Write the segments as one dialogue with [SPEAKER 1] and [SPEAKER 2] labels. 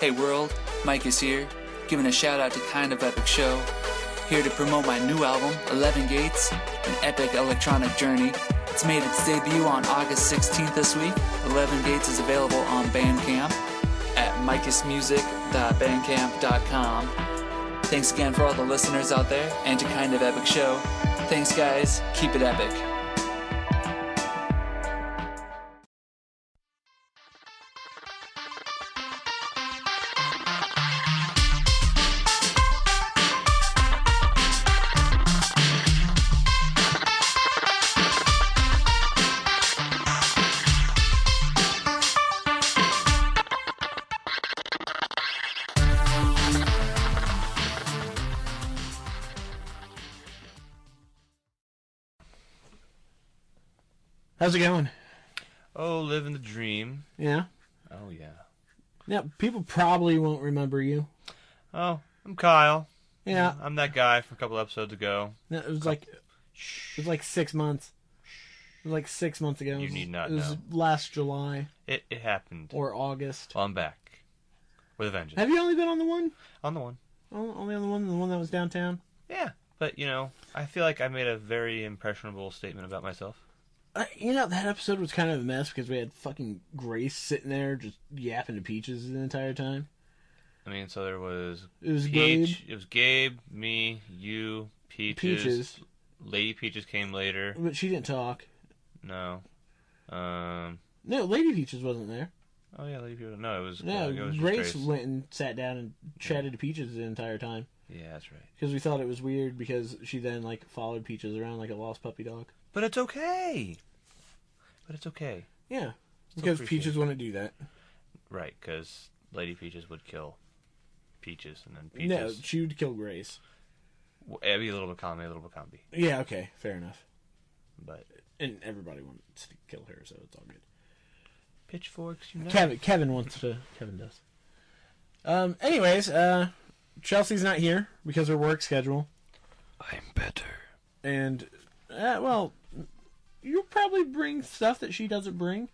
[SPEAKER 1] Hey world, Mike is here, giving a shout out to Kind of Epic Show. Here to promote my new album, 11 Gates, an epic electronic journey. It's made its debut on August 16th this week. 11 Gates is available on Bandcamp at micusmusic.bandcamp.com. Thanks again for all the listeners out there and to Kind of Epic Show. Thanks, guys. Keep it epic.
[SPEAKER 2] How's it going?
[SPEAKER 3] Oh, living the dream.
[SPEAKER 2] Yeah.
[SPEAKER 3] Oh yeah.
[SPEAKER 2] Yeah, people probably won't remember you.
[SPEAKER 3] Oh, I'm Kyle.
[SPEAKER 2] Yeah,
[SPEAKER 3] I'm that guy from a couple episodes ago.
[SPEAKER 2] no, it was like it was like six months. It was like six months ago. It
[SPEAKER 3] You
[SPEAKER 2] was-
[SPEAKER 3] need not
[SPEAKER 2] It was
[SPEAKER 3] know.
[SPEAKER 2] last July
[SPEAKER 3] It it happened.
[SPEAKER 2] or August.
[SPEAKER 3] Well, I'm back with a vengeance.
[SPEAKER 2] Have you only been on the one?
[SPEAKER 3] On the one.
[SPEAKER 2] On- Only on the one, the one that was downtown.
[SPEAKER 3] Yeah, but you know, I feel like I made a very impressionable statement about myself.
[SPEAKER 2] I, you know that episode was kind of a mess because we had fucking Grace sitting there just yapping to Peaches the entire time.
[SPEAKER 3] I mean, so there was
[SPEAKER 2] It was
[SPEAKER 3] Peach.
[SPEAKER 2] Gabe,
[SPEAKER 3] It was Gabe, me, you, Peaches.
[SPEAKER 2] Peaches,
[SPEAKER 3] Lady Peaches came later.
[SPEAKER 2] but she didn't talk.
[SPEAKER 3] No. Um.
[SPEAKER 2] No, Lady Peaches wasn't there.
[SPEAKER 3] Oh yeah, Lady Peaches. No, it was.
[SPEAKER 2] No,
[SPEAKER 3] it was just
[SPEAKER 2] Grace went and sat down and chatted to Peaches the entire time.
[SPEAKER 3] Yeah, that's right.
[SPEAKER 2] because we thought it was weird because she then like followed Peaches around like a lost puppy dog.
[SPEAKER 3] But it's okay. But it's okay.
[SPEAKER 2] Yeah, because
[SPEAKER 3] appreciate
[SPEAKER 2] Peaches
[SPEAKER 3] it.
[SPEAKER 2] wouldn't do that.
[SPEAKER 3] Right, because Lady Peaches would kill Peaches, and then
[SPEAKER 2] No,
[SPEAKER 3] Peaches.
[SPEAKER 2] she would kill Grace.
[SPEAKER 3] No. It'd be a little bit comedy, a little bit comedy.
[SPEAKER 2] Yeah, okay, fair enough.
[SPEAKER 3] But
[SPEAKER 2] And everybody wanted to kill her, so it's all good.
[SPEAKER 3] pitchforks, you know.
[SPEAKER 2] Kevin, Kevin wants to. Kevin does. Um. Anyways, uh, Chelsea's not here because her work schedule,
[SPEAKER 3] I'm better.
[SPEAKER 2] and uh, well, you'll probably bring stuff that she doesn't bring.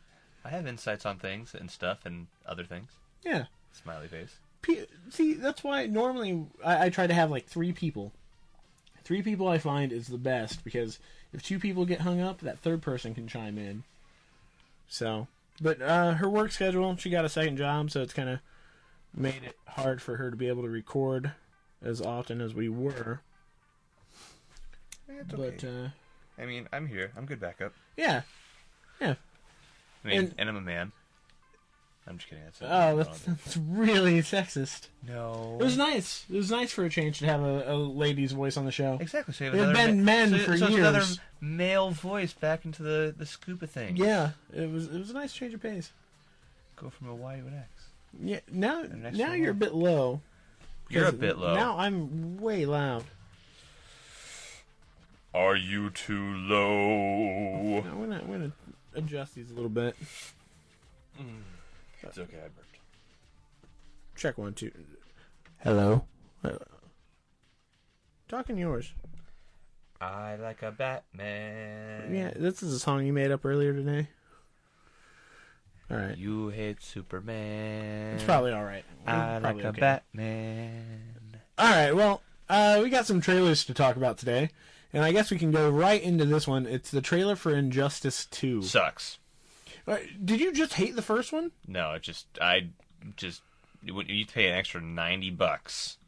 [SPEAKER 3] I have insights on things and stuff and other things.
[SPEAKER 2] Yeah.
[SPEAKER 3] Smiley face.
[SPEAKER 2] Pe- see that's why normally I, I try to have like three people three people i find is the best because if two people get hung up that third person can chime in so but uh, her work schedule she got a second job so it's kind of made it hard for her to be able to record as often as we were but uh,
[SPEAKER 3] Eh, I mean, I'm here. I'm good backup.
[SPEAKER 2] yeah
[SPEAKER 3] I mean, and,
[SPEAKER 2] and-
[SPEAKER 3] I'm a man. I'm just kidding. That's
[SPEAKER 2] oh that's, that's really sexist
[SPEAKER 3] no.
[SPEAKER 2] it was nice it was nice for a change to have a, a lady's voice on the show
[SPEAKER 3] Exactly. So you have
[SPEAKER 2] There have
[SPEAKER 3] another
[SPEAKER 2] been
[SPEAKER 3] ma-
[SPEAKER 2] men
[SPEAKER 3] so,
[SPEAKER 2] for
[SPEAKER 3] so it's another
[SPEAKER 2] years.
[SPEAKER 3] male voice back into the the scuba thing.
[SPEAKER 2] yeah it was it was a nice change of pace
[SPEAKER 3] Go from a Y to an X.
[SPEAKER 2] Yeah, now
[SPEAKER 3] an extra
[SPEAKER 2] now you're a
[SPEAKER 3] one.
[SPEAKER 2] bit low.
[SPEAKER 3] You're a
[SPEAKER 2] 'Cause
[SPEAKER 3] bit low.
[SPEAKER 2] Now I'm way loud.
[SPEAKER 3] Are you too low?
[SPEAKER 2] I'm gonna, I'm gonna adjust these a little bit.
[SPEAKER 3] It's okay, I burped.
[SPEAKER 2] Check one two. Hello. Talking yours.
[SPEAKER 3] I like a Batman.
[SPEAKER 2] Yeah, this is a song you made up earlier today. All right,
[SPEAKER 3] You hate Superman.
[SPEAKER 2] it's probably all right.
[SPEAKER 3] I
[SPEAKER 2] It's
[SPEAKER 3] like
[SPEAKER 2] probably
[SPEAKER 3] a
[SPEAKER 2] okay.
[SPEAKER 3] Batman.
[SPEAKER 2] All right, well, uh, we got some trailers to talk about today, and I guess we can go right into this one. It's the trailer for Injustice Two.
[SPEAKER 3] Sucks.
[SPEAKER 2] Uh, did you just hate the first one?
[SPEAKER 3] No, it just I just when you pay an extra ninety bucks,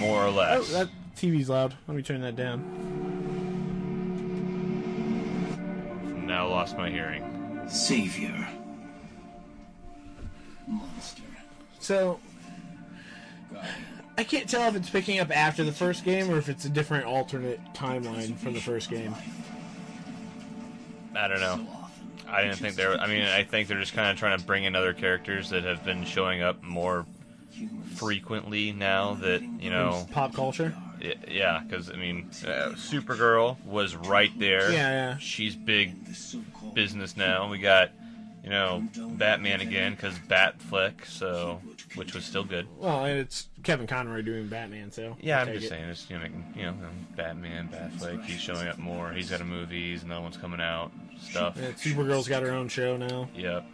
[SPEAKER 3] more or
[SPEAKER 2] Oh,
[SPEAKER 3] less.
[SPEAKER 2] that TV's loud. Let me turn that down.
[SPEAKER 3] now lost my hearing.
[SPEAKER 4] Savior. Monster.
[SPEAKER 2] So I can't tell if it's picking up after the first game or if it's a different alternate timeline from the first game.
[SPEAKER 3] I don't know. I didn't think they're. I mean, I think they're just kind of trying to bring in other characters that have been showing up more frequently now that you know.
[SPEAKER 2] Pop culture.
[SPEAKER 3] Y- Yeah, because I mean, uh, Supergirl was right there.
[SPEAKER 2] Yeah, yeah.
[SPEAKER 3] She's big business now. We got, you know, Batman again because Batflick, so which was still good.
[SPEAKER 2] Well, and it's Kevin Conroy doing Batman, so
[SPEAKER 3] Yeah,
[SPEAKER 2] I'll
[SPEAKER 3] I'm
[SPEAKER 2] take
[SPEAKER 3] just
[SPEAKER 2] it.
[SPEAKER 3] saying, it's you know, making, you know, um, Batman, Batflick. He's showing up more. He's got a movies, another one's coming out. Stuff.
[SPEAKER 2] Yeah, Supergirl's got her own show now,
[SPEAKER 3] Yep.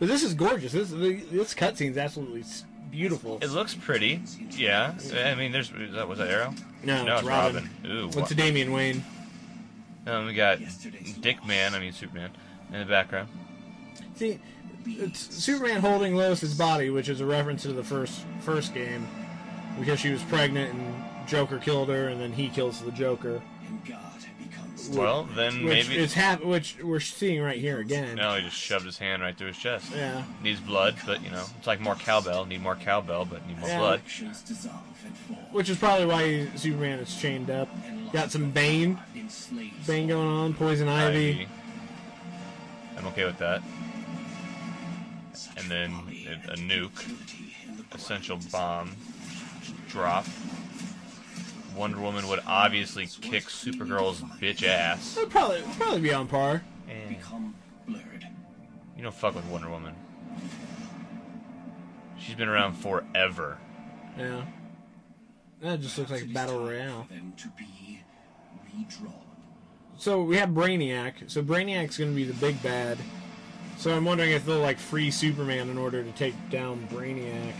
[SPEAKER 2] but this is gorgeous. This this cutscene's absolutely s- beautiful.
[SPEAKER 5] It looks pretty. Yeah. I mean, there's is that was that Arrow?
[SPEAKER 2] No,
[SPEAKER 5] no,
[SPEAKER 2] it's Robin.
[SPEAKER 5] Ooh.
[SPEAKER 2] What's a Damian Wayne?
[SPEAKER 5] Um, we got Dick Man. I mean Superman in the background.
[SPEAKER 2] See, it's Superman holding Lois's body, which is a reference to the first first game, because she was pregnant and Joker killed her, and then he kills the Joker.
[SPEAKER 5] Well, then
[SPEAKER 2] Which
[SPEAKER 5] maybe.
[SPEAKER 2] is hap- which we're seeing right here again.
[SPEAKER 5] No, he just shoved his hand right through his chest.
[SPEAKER 2] Yeah.
[SPEAKER 5] Needs blood, but you know, it's like more cowbell. Need more cowbell, but need more
[SPEAKER 2] Yeah.
[SPEAKER 5] blood.
[SPEAKER 2] Which is probably why Superman is chained up. Got some Bane, Bane going on, Poison Ivy.
[SPEAKER 5] Ivy. I'm okay with that. And then a, a nuke, essential bomb, drop. Wonder Woman would obviously kick Supergirl's bitch ass.
[SPEAKER 2] It'd probably it'd probably be on par.
[SPEAKER 5] And you don't fuck with Wonder Woman. She's been around forever.
[SPEAKER 2] Yeah. That just looks like a battle royale. So we have Brainiac. So Brainiac's going to be the big bad. So I'm wondering if they'll like free Superman in order to take down Brainiac.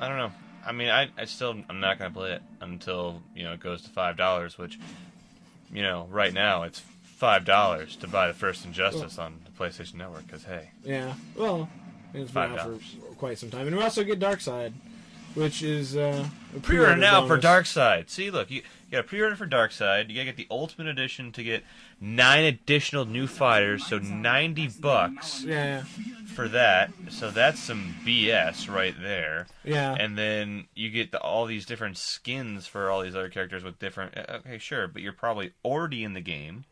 [SPEAKER 5] I don't know. I mean, I, I still I'm not gonna play it until you know it goes to five dollars, which you know right now it's five dollars to buy the first Injustice on the PlayStation Network. Because hey,
[SPEAKER 2] Yeah. Well, it's been
[SPEAKER 5] Five
[SPEAKER 2] out for
[SPEAKER 5] dollars.
[SPEAKER 2] quite some time, and we also get Darkseid, which is uh, a
[SPEAKER 5] pre-order now for
[SPEAKER 2] bonus.
[SPEAKER 5] Darkseid. See, look, you, you got to pre-order for Darkseid. You got to get the Ultimate Edition to get nine additional new fighters, so ninety bucks
[SPEAKER 2] Yeah.
[SPEAKER 5] for that. So that's some BS right there.
[SPEAKER 2] Yeah.
[SPEAKER 5] and then you get the, all these different skins for all these other characters with different. uh, Okay, sure, but you're probably already in the game.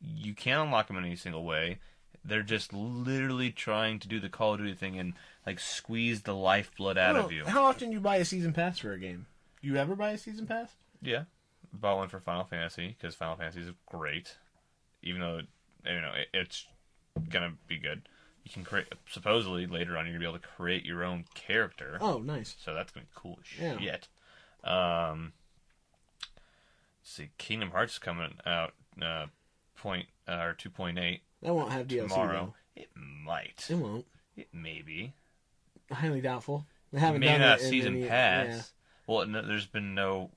[SPEAKER 5] You can't unlock them in any single way. They're just literally trying to do the Call of Duty thing and like squeeze the lifeblood out
[SPEAKER 2] Well,
[SPEAKER 5] of you.
[SPEAKER 2] How often do you buy a season pass for a game? Do you ever buy a season pass?
[SPEAKER 5] Yeah, bought one for Final Fantasy because Final Fantasy is great, even though you know it, it's gonna be good. You can create supposedly later on you're gonna be able to create your own character.
[SPEAKER 2] Oh, nice.
[SPEAKER 5] So that's gonna be cool as
[SPEAKER 2] Yeah.
[SPEAKER 5] shit. Um, let's see, Kingdom Hearts is coming out uh, point uh, or two point eight
[SPEAKER 2] That won't have DLC
[SPEAKER 5] tomorrow. It might.
[SPEAKER 2] though. It won't.
[SPEAKER 5] It maybe.
[SPEAKER 2] Highly doubtful. They haven't
[SPEAKER 5] Maybe
[SPEAKER 2] done
[SPEAKER 5] not
[SPEAKER 2] it in
[SPEAKER 5] season
[SPEAKER 2] any-
[SPEAKER 5] pass.
[SPEAKER 2] yeah.
[SPEAKER 5] Well, no, there's been no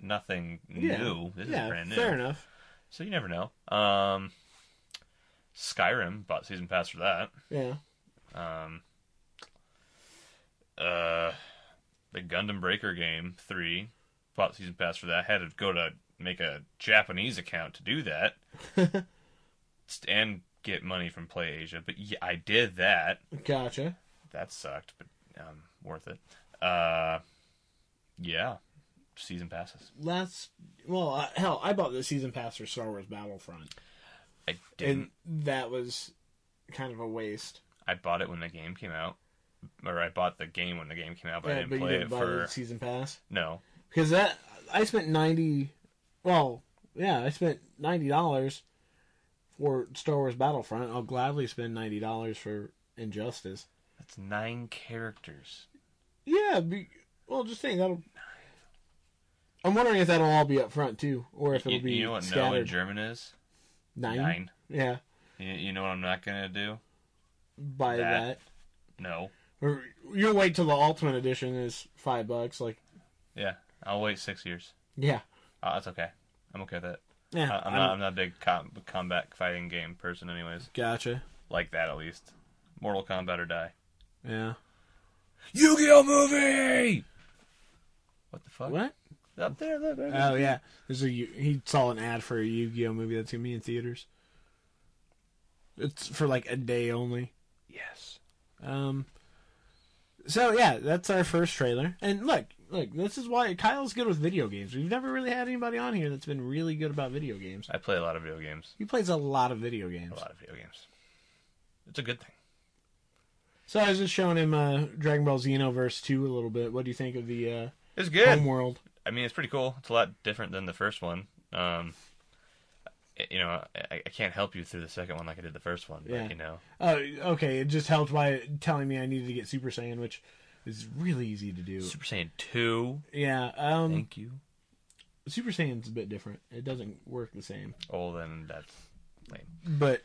[SPEAKER 5] nothing new. This
[SPEAKER 2] yeah,
[SPEAKER 5] is brand new.
[SPEAKER 2] Fair enough.
[SPEAKER 5] So you never know. Um, Skyrim bought season pass for that.
[SPEAKER 2] Yeah.
[SPEAKER 5] Um, uh, the Gundam Breaker game three bought season pass for that. had to go to make a Japanese account to do that, St- and get money from Play Asia. But yeah, I did that.
[SPEAKER 2] Gotcha.
[SPEAKER 5] That sucked, but um, worth it. Uh, yeah, season passes.
[SPEAKER 2] That's well, I, hell, I bought the season pass for Star Wars Battlefront,
[SPEAKER 5] I didn't.
[SPEAKER 2] and that was kind of a waste.
[SPEAKER 5] I bought it when the game came out, or I bought the game when the game came out, but I
[SPEAKER 2] Yeah, Oh,
[SPEAKER 5] didn't
[SPEAKER 2] but you
[SPEAKER 5] play
[SPEAKER 2] didn't
[SPEAKER 5] it
[SPEAKER 2] buy
[SPEAKER 5] for
[SPEAKER 2] the season pass
[SPEAKER 5] no.
[SPEAKER 2] because that I spent ninety. Well, yeah, I spent ninety dollars for Star Wars Battlefront. I'll gladly spend ninety dollars for Injustice.
[SPEAKER 5] That's nine characters.
[SPEAKER 2] Yeah, be, well, just saying that'll. I'm wondering if that'll all be up front too, or if it'll
[SPEAKER 5] You,
[SPEAKER 2] be
[SPEAKER 5] you know what no in
[SPEAKER 2] scattered.
[SPEAKER 5] German is?
[SPEAKER 2] nine?
[SPEAKER 5] Nine.
[SPEAKER 2] Yeah,
[SPEAKER 5] You, you know what I'm not gonna do?
[SPEAKER 2] buy
[SPEAKER 5] That.
[SPEAKER 2] that.
[SPEAKER 5] No.
[SPEAKER 2] Or you'll wait till the ultimate edition is five bucks. Like,
[SPEAKER 5] Yeah, I'll wait six years.
[SPEAKER 2] yeah,
[SPEAKER 5] Uh, that's okay. I'm okay with that.
[SPEAKER 2] yeah.
[SPEAKER 5] I, Uh, I'm, not. I'm not a big com- combat fighting game person, anyways.
[SPEAKER 2] Gotcha.
[SPEAKER 5] Like that, at least. Mortal Kombat or die.
[SPEAKER 2] Yeah.
[SPEAKER 5] Yu-Gi-Oh movie. What the fuck?
[SPEAKER 2] What?
[SPEAKER 5] Up there, look. Right there.
[SPEAKER 2] Oh yeah. There's a Yu- he saw an ad for a Yu-Gi-Oh movie that's gonna be in theaters. It's for like a day only.
[SPEAKER 5] yes.
[SPEAKER 2] Um. So yeah, that's our first trailer. And look, look, this is why Kyle's good with video games. We've never really had anybody on here that's been really good about video games.
[SPEAKER 5] I play a lot of video games.
[SPEAKER 2] He plays a lot of video games.
[SPEAKER 5] A lot of video games. It's a good thing.
[SPEAKER 2] So I was just showing him uh, Dragon Ball Xenoverse 2 a little bit. What do you think of the uh,
[SPEAKER 5] It's good.
[SPEAKER 2] homeworld?
[SPEAKER 5] I mean, it's pretty cool. It's a lot different than the first one. Um, I- you know, I, I can't help you through the second one like I did the first one, but
[SPEAKER 2] Yeah.
[SPEAKER 5] you know,
[SPEAKER 2] Oh, okay. It just helped by telling me I needed to get Super Saiyan, which is really easy to do.
[SPEAKER 5] Super Saiyan Two.
[SPEAKER 2] Yeah. Um,
[SPEAKER 5] Thank you.
[SPEAKER 2] Super Saiyan's a bit different. It doesn't work the same,
[SPEAKER 5] Oh, then that's lame.
[SPEAKER 2] but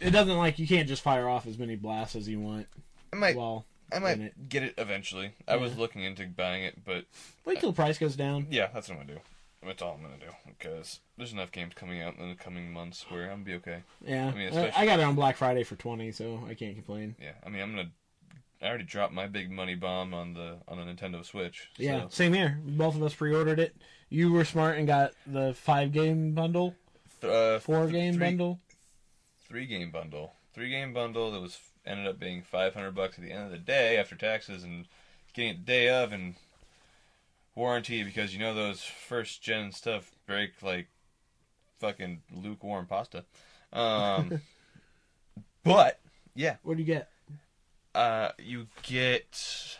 [SPEAKER 2] it doesn't like you can't just fire off as many blasts as you want.
[SPEAKER 5] I might
[SPEAKER 2] Well,
[SPEAKER 5] I
[SPEAKER 2] in it.
[SPEAKER 5] might get it eventually. I was looking into buying it, but
[SPEAKER 2] Wait till the price goes down.
[SPEAKER 5] yeah, that's what I'm gonna do. That's all I'm gonna do because there's enough games coming out in the coming months where I'm gonna be okay.
[SPEAKER 2] Yeah,
[SPEAKER 5] I mean,
[SPEAKER 2] Uh, I
[SPEAKER 5] especially-
[SPEAKER 2] got it on Black Friday for twenty, so I can't complain.
[SPEAKER 5] Yeah, I mean, I'm gonna. I already dropped my big money bomb on the on the Nintendo Switch. So.
[SPEAKER 2] Yeah, same here. Both of us pre-ordered it. You were smart and got the five game bundle,
[SPEAKER 5] Th- uh,
[SPEAKER 2] four
[SPEAKER 5] th-
[SPEAKER 2] game
[SPEAKER 5] three-
[SPEAKER 2] bundle.
[SPEAKER 5] three game bundle, three game bundle that was ended up being five hundred bucks at the end of the day after taxes and getting it the day of and warranty because you know those first gen stuff break like fucking lukewarm pasta. Um, but yeah,
[SPEAKER 2] What do you get?
[SPEAKER 5] uh, you get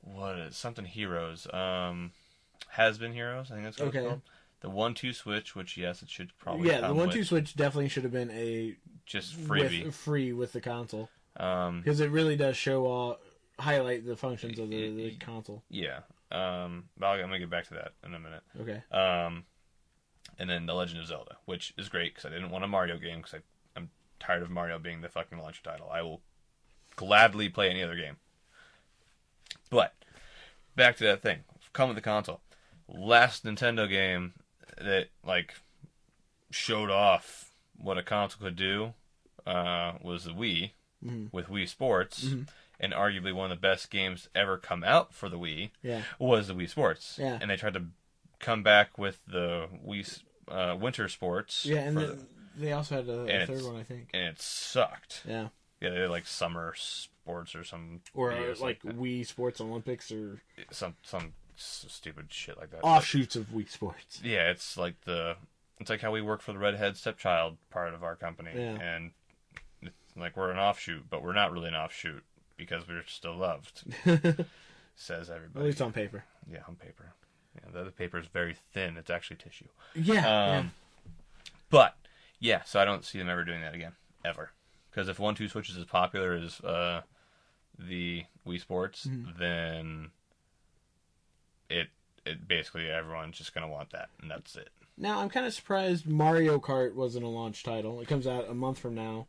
[SPEAKER 5] what is something heroes um has been heroes I think that's what
[SPEAKER 2] Okay.
[SPEAKER 5] it's called. The one two switch, which yes, it should probably
[SPEAKER 2] yeah, the
[SPEAKER 5] come
[SPEAKER 2] one
[SPEAKER 5] with,
[SPEAKER 2] two switch definitely should have been a
[SPEAKER 5] just
[SPEAKER 2] With,
[SPEAKER 5] freebie.
[SPEAKER 2] free with the console
[SPEAKER 5] um,
[SPEAKER 2] because it really does show all highlight the functions of the,
[SPEAKER 5] Mm-hmm.
[SPEAKER 2] the console.
[SPEAKER 5] Yeah. Um, but I'll, I'm gonna get back to that in a minute.
[SPEAKER 2] Okay.
[SPEAKER 5] Um, and then The Legend of Zelda, which is great because I didn't want a Mario game because I'm tired of Mario being the fucking launch title. I will gladly play any other game. But back to that thing. Come with the console. Last Nintendo game that like showed off what a console could do uh, was the Wii with Wii Sports, and arguably one of the best games ever come out for the Wii
[SPEAKER 2] Yeah.
[SPEAKER 5] was the Wii Sports.
[SPEAKER 2] Yeah.
[SPEAKER 5] And they tried to come back with the Wii s- uh, Winter Sports.
[SPEAKER 2] Yeah, and
[SPEAKER 5] for
[SPEAKER 2] then they also had a, a
[SPEAKER 5] And
[SPEAKER 2] third
[SPEAKER 5] it's-
[SPEAKER 2] one, I think.
[SPEAKER 5] and it sucked.
[SPEAKER 2] Yeah.
[SPEAKER 5] Yeah, they had like summer sports or some
[SPEAKER 2] Or uh,
[SPEAKER 5] BS
[SPEAKER 2] like
[SPEAKER 5] that.
[SPEAKER 2] Wii Sports Olympics or
[SPEAKER 5] some some s- stupid shit like that.
[SPEAKER 2] offshoots of Wii Sports.
[SPEAKER 5] But, yeah, it's like the it's like how we work for the redhead stepchild part of our company,
[SPEAKER 2] Yeah.
[SPEAKER 5] and it's like we're an offshoot, but we're not really an offshoot because we're still loved. says
[SPEAKER 2] At
[SPEAKER 5] everybody.
[SPEAKER 2] least on paper.
[SPEAKER 5] yeah, on paper. Yeah, the other paper is very thin. It's actually tissue.
[SPEAKER 2] Yeah.
[SPEAKER 5] Um, But yeah, so I don't see them ever doing that again, ever. Because if one two switch is as popular as uh, the Wii Sports,
[SPEAKER 2] Mm-hmm.
[SPEAKER 5] then it it basically everyone's just gonna want that, and that's it.
[SPEAKER 2] Now I'm kind of surprised Mario Kart wasn't a launch title. It comes out a month from now,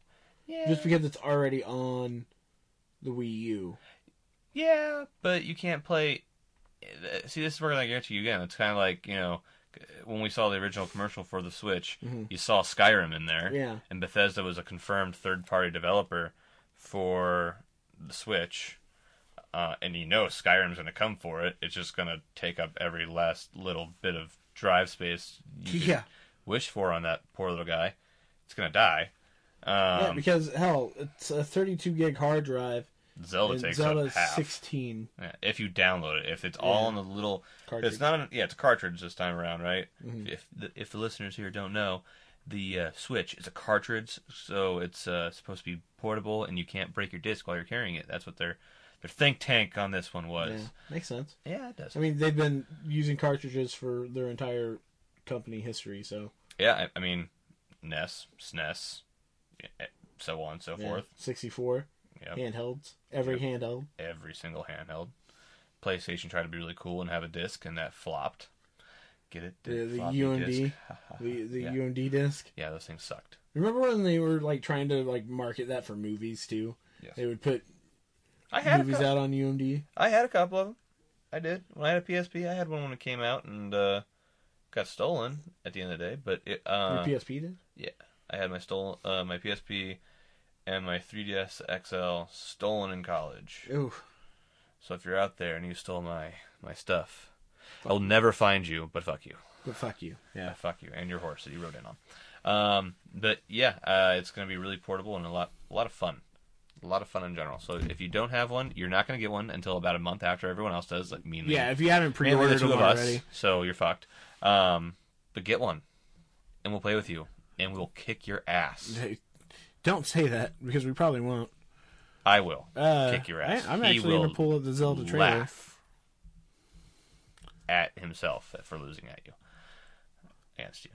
[SPEAKER 5] Yeah,
[SPEAKER 2] just because it's already on the Wii U.
[SPEAKER 5] yeah, but you can't play. uh, See, this is where I guarantee you again. It's kind of like you know when we saw the original commercial for the Switch, you saw Skyrim in there,
[SPEAKER 2] Mm-hmm. Yeah.
[SPEAKER 5] and Bethesda was a confirmed third-party developer for the Switch. Uh, and you know Skyrim's going to come for it. It's just going to take up every last little bit of drive space you could
[SPEAKER 2] Yeah.
[SPEAKER 5] wish for on that poor little guy. It's going to die.
[SPEAKER 2] yeah,
[SPEAKER 5] Um,
[SPEAKER 2] because hell, it's a 32 gig hard drive.
[SPEAKER 5] Zelda
[SPEAKER 2] and
[SPEAKER 5] takes
[SPEAKER 2] Zelda's
[SPEAKER 5] up half.
[SPEAKER 2] 16.
[SPEAKER 5] Yeah, if you download it, if it's all in the little,
[SPEAKER 2] Cartridge. Mm-hmm.
[SPEAKER 5] it's not. An, yeah, it's a cartridge this time around, right? If the, if the listeners here don't know, the uh, Switch is a cartridge, so it's uh, supposed to be portable, and you can't break your disc while you're carrying it. That's what their their think tank on this one
[SPEAKER 2] Yeah,
[SPEAKER 5] was.
[SPEAKER 2] makes sense.
[SPEAKER 5] Yeah, it does.
[SPEAKER 2] I mean, they've been using cartridges for their entire company history, so
[SPEAKER 5] yeah, I, I mean, E NES, SNES, yeah, eh, so on and so
[SPEAKER 2] yeah,
[SPEAKER 5] forth.
[SPEAKER 2] 64
[SPEAKER 5] Yeah,
[SPEAKER 2] handhelds, every handheld.
[SPEAKER 5] every single handheld. PlayStation tried to be really cool and have a disc, and that flopped. Get it?
[SPEAKER 2] The, the
[SPEAKER 5] Floppy
[SPEAKER 2] UMD,
[SPEAKER 5] disk.
[SPEAKER 2] the the
[SPEAKER 5] Yeah.
[SPEAKER 2] UMD disc.
[SPEAKER 5] Yeah, those things sucked.
[SPEAKER 2] Remember when they were like trying to like market that for movies too?
[SPEAKER 5] Yes.
[SPEAKER 2] They would put
[SPEAKER 5] I had a
[SPEAKER 2] movies
[SPEAKER 5] cou-
[SPEAKER 2] out on UMD.
[SPEAKER 5] I had a couple of them. I did. When I had a PSP, I had one when it came out and uh, got stolen at the end of the day. But it, uh,
[SPEAKER 2] Your PSP did.
[SPEAKER 5] yeah, I had my stolen uh, my PSP and my 3DS XL stolen in college.
[SPEAKER 2] Ooh,
[SPEAKER 5] So if you're out there and you stole my my stuff, I'll never find you. But fuck you.
[SPEAKER 2] but fuck you.
[SPEAKER 5] Yeah, fuck you and your horse that you rode in on. Um, but yeah, uh, it's going to be really portable and a lot, a lot of fun, a lot of fun in general. So if you don't have one, you're not going to get one until about a month after everyone else does. Like me, and the-
[SPEAKER 2] Yeah, if you haven't
[SPEAKER 5] me and the
[SPEAKER 2] pre-ordered
[SPEAKER 5] two
[SPEAKER 2] them
[SPEAKER 5] of us,
[SPEAKER 2] already,
[SPEAKER 5] so you're fucked. Um, but get one, and we'll play with you, and we'll kick your ass.
[SPEAKER 2] Hey, don't say that because we probably won't.
[SPEAKER 5] I will
[SPEAKER 2] Uh,
[SPEAKER 5] kick your ass.
[SPEAKER 2] I, am
[SPEAKER 5] He
[SPEAKER 2] actually
[SPEAKER 5] will
[SPEAKER 2] gonna pull up the Zelda trailer.
[SPEAKER 5] laugh at himself for losing at you, against you.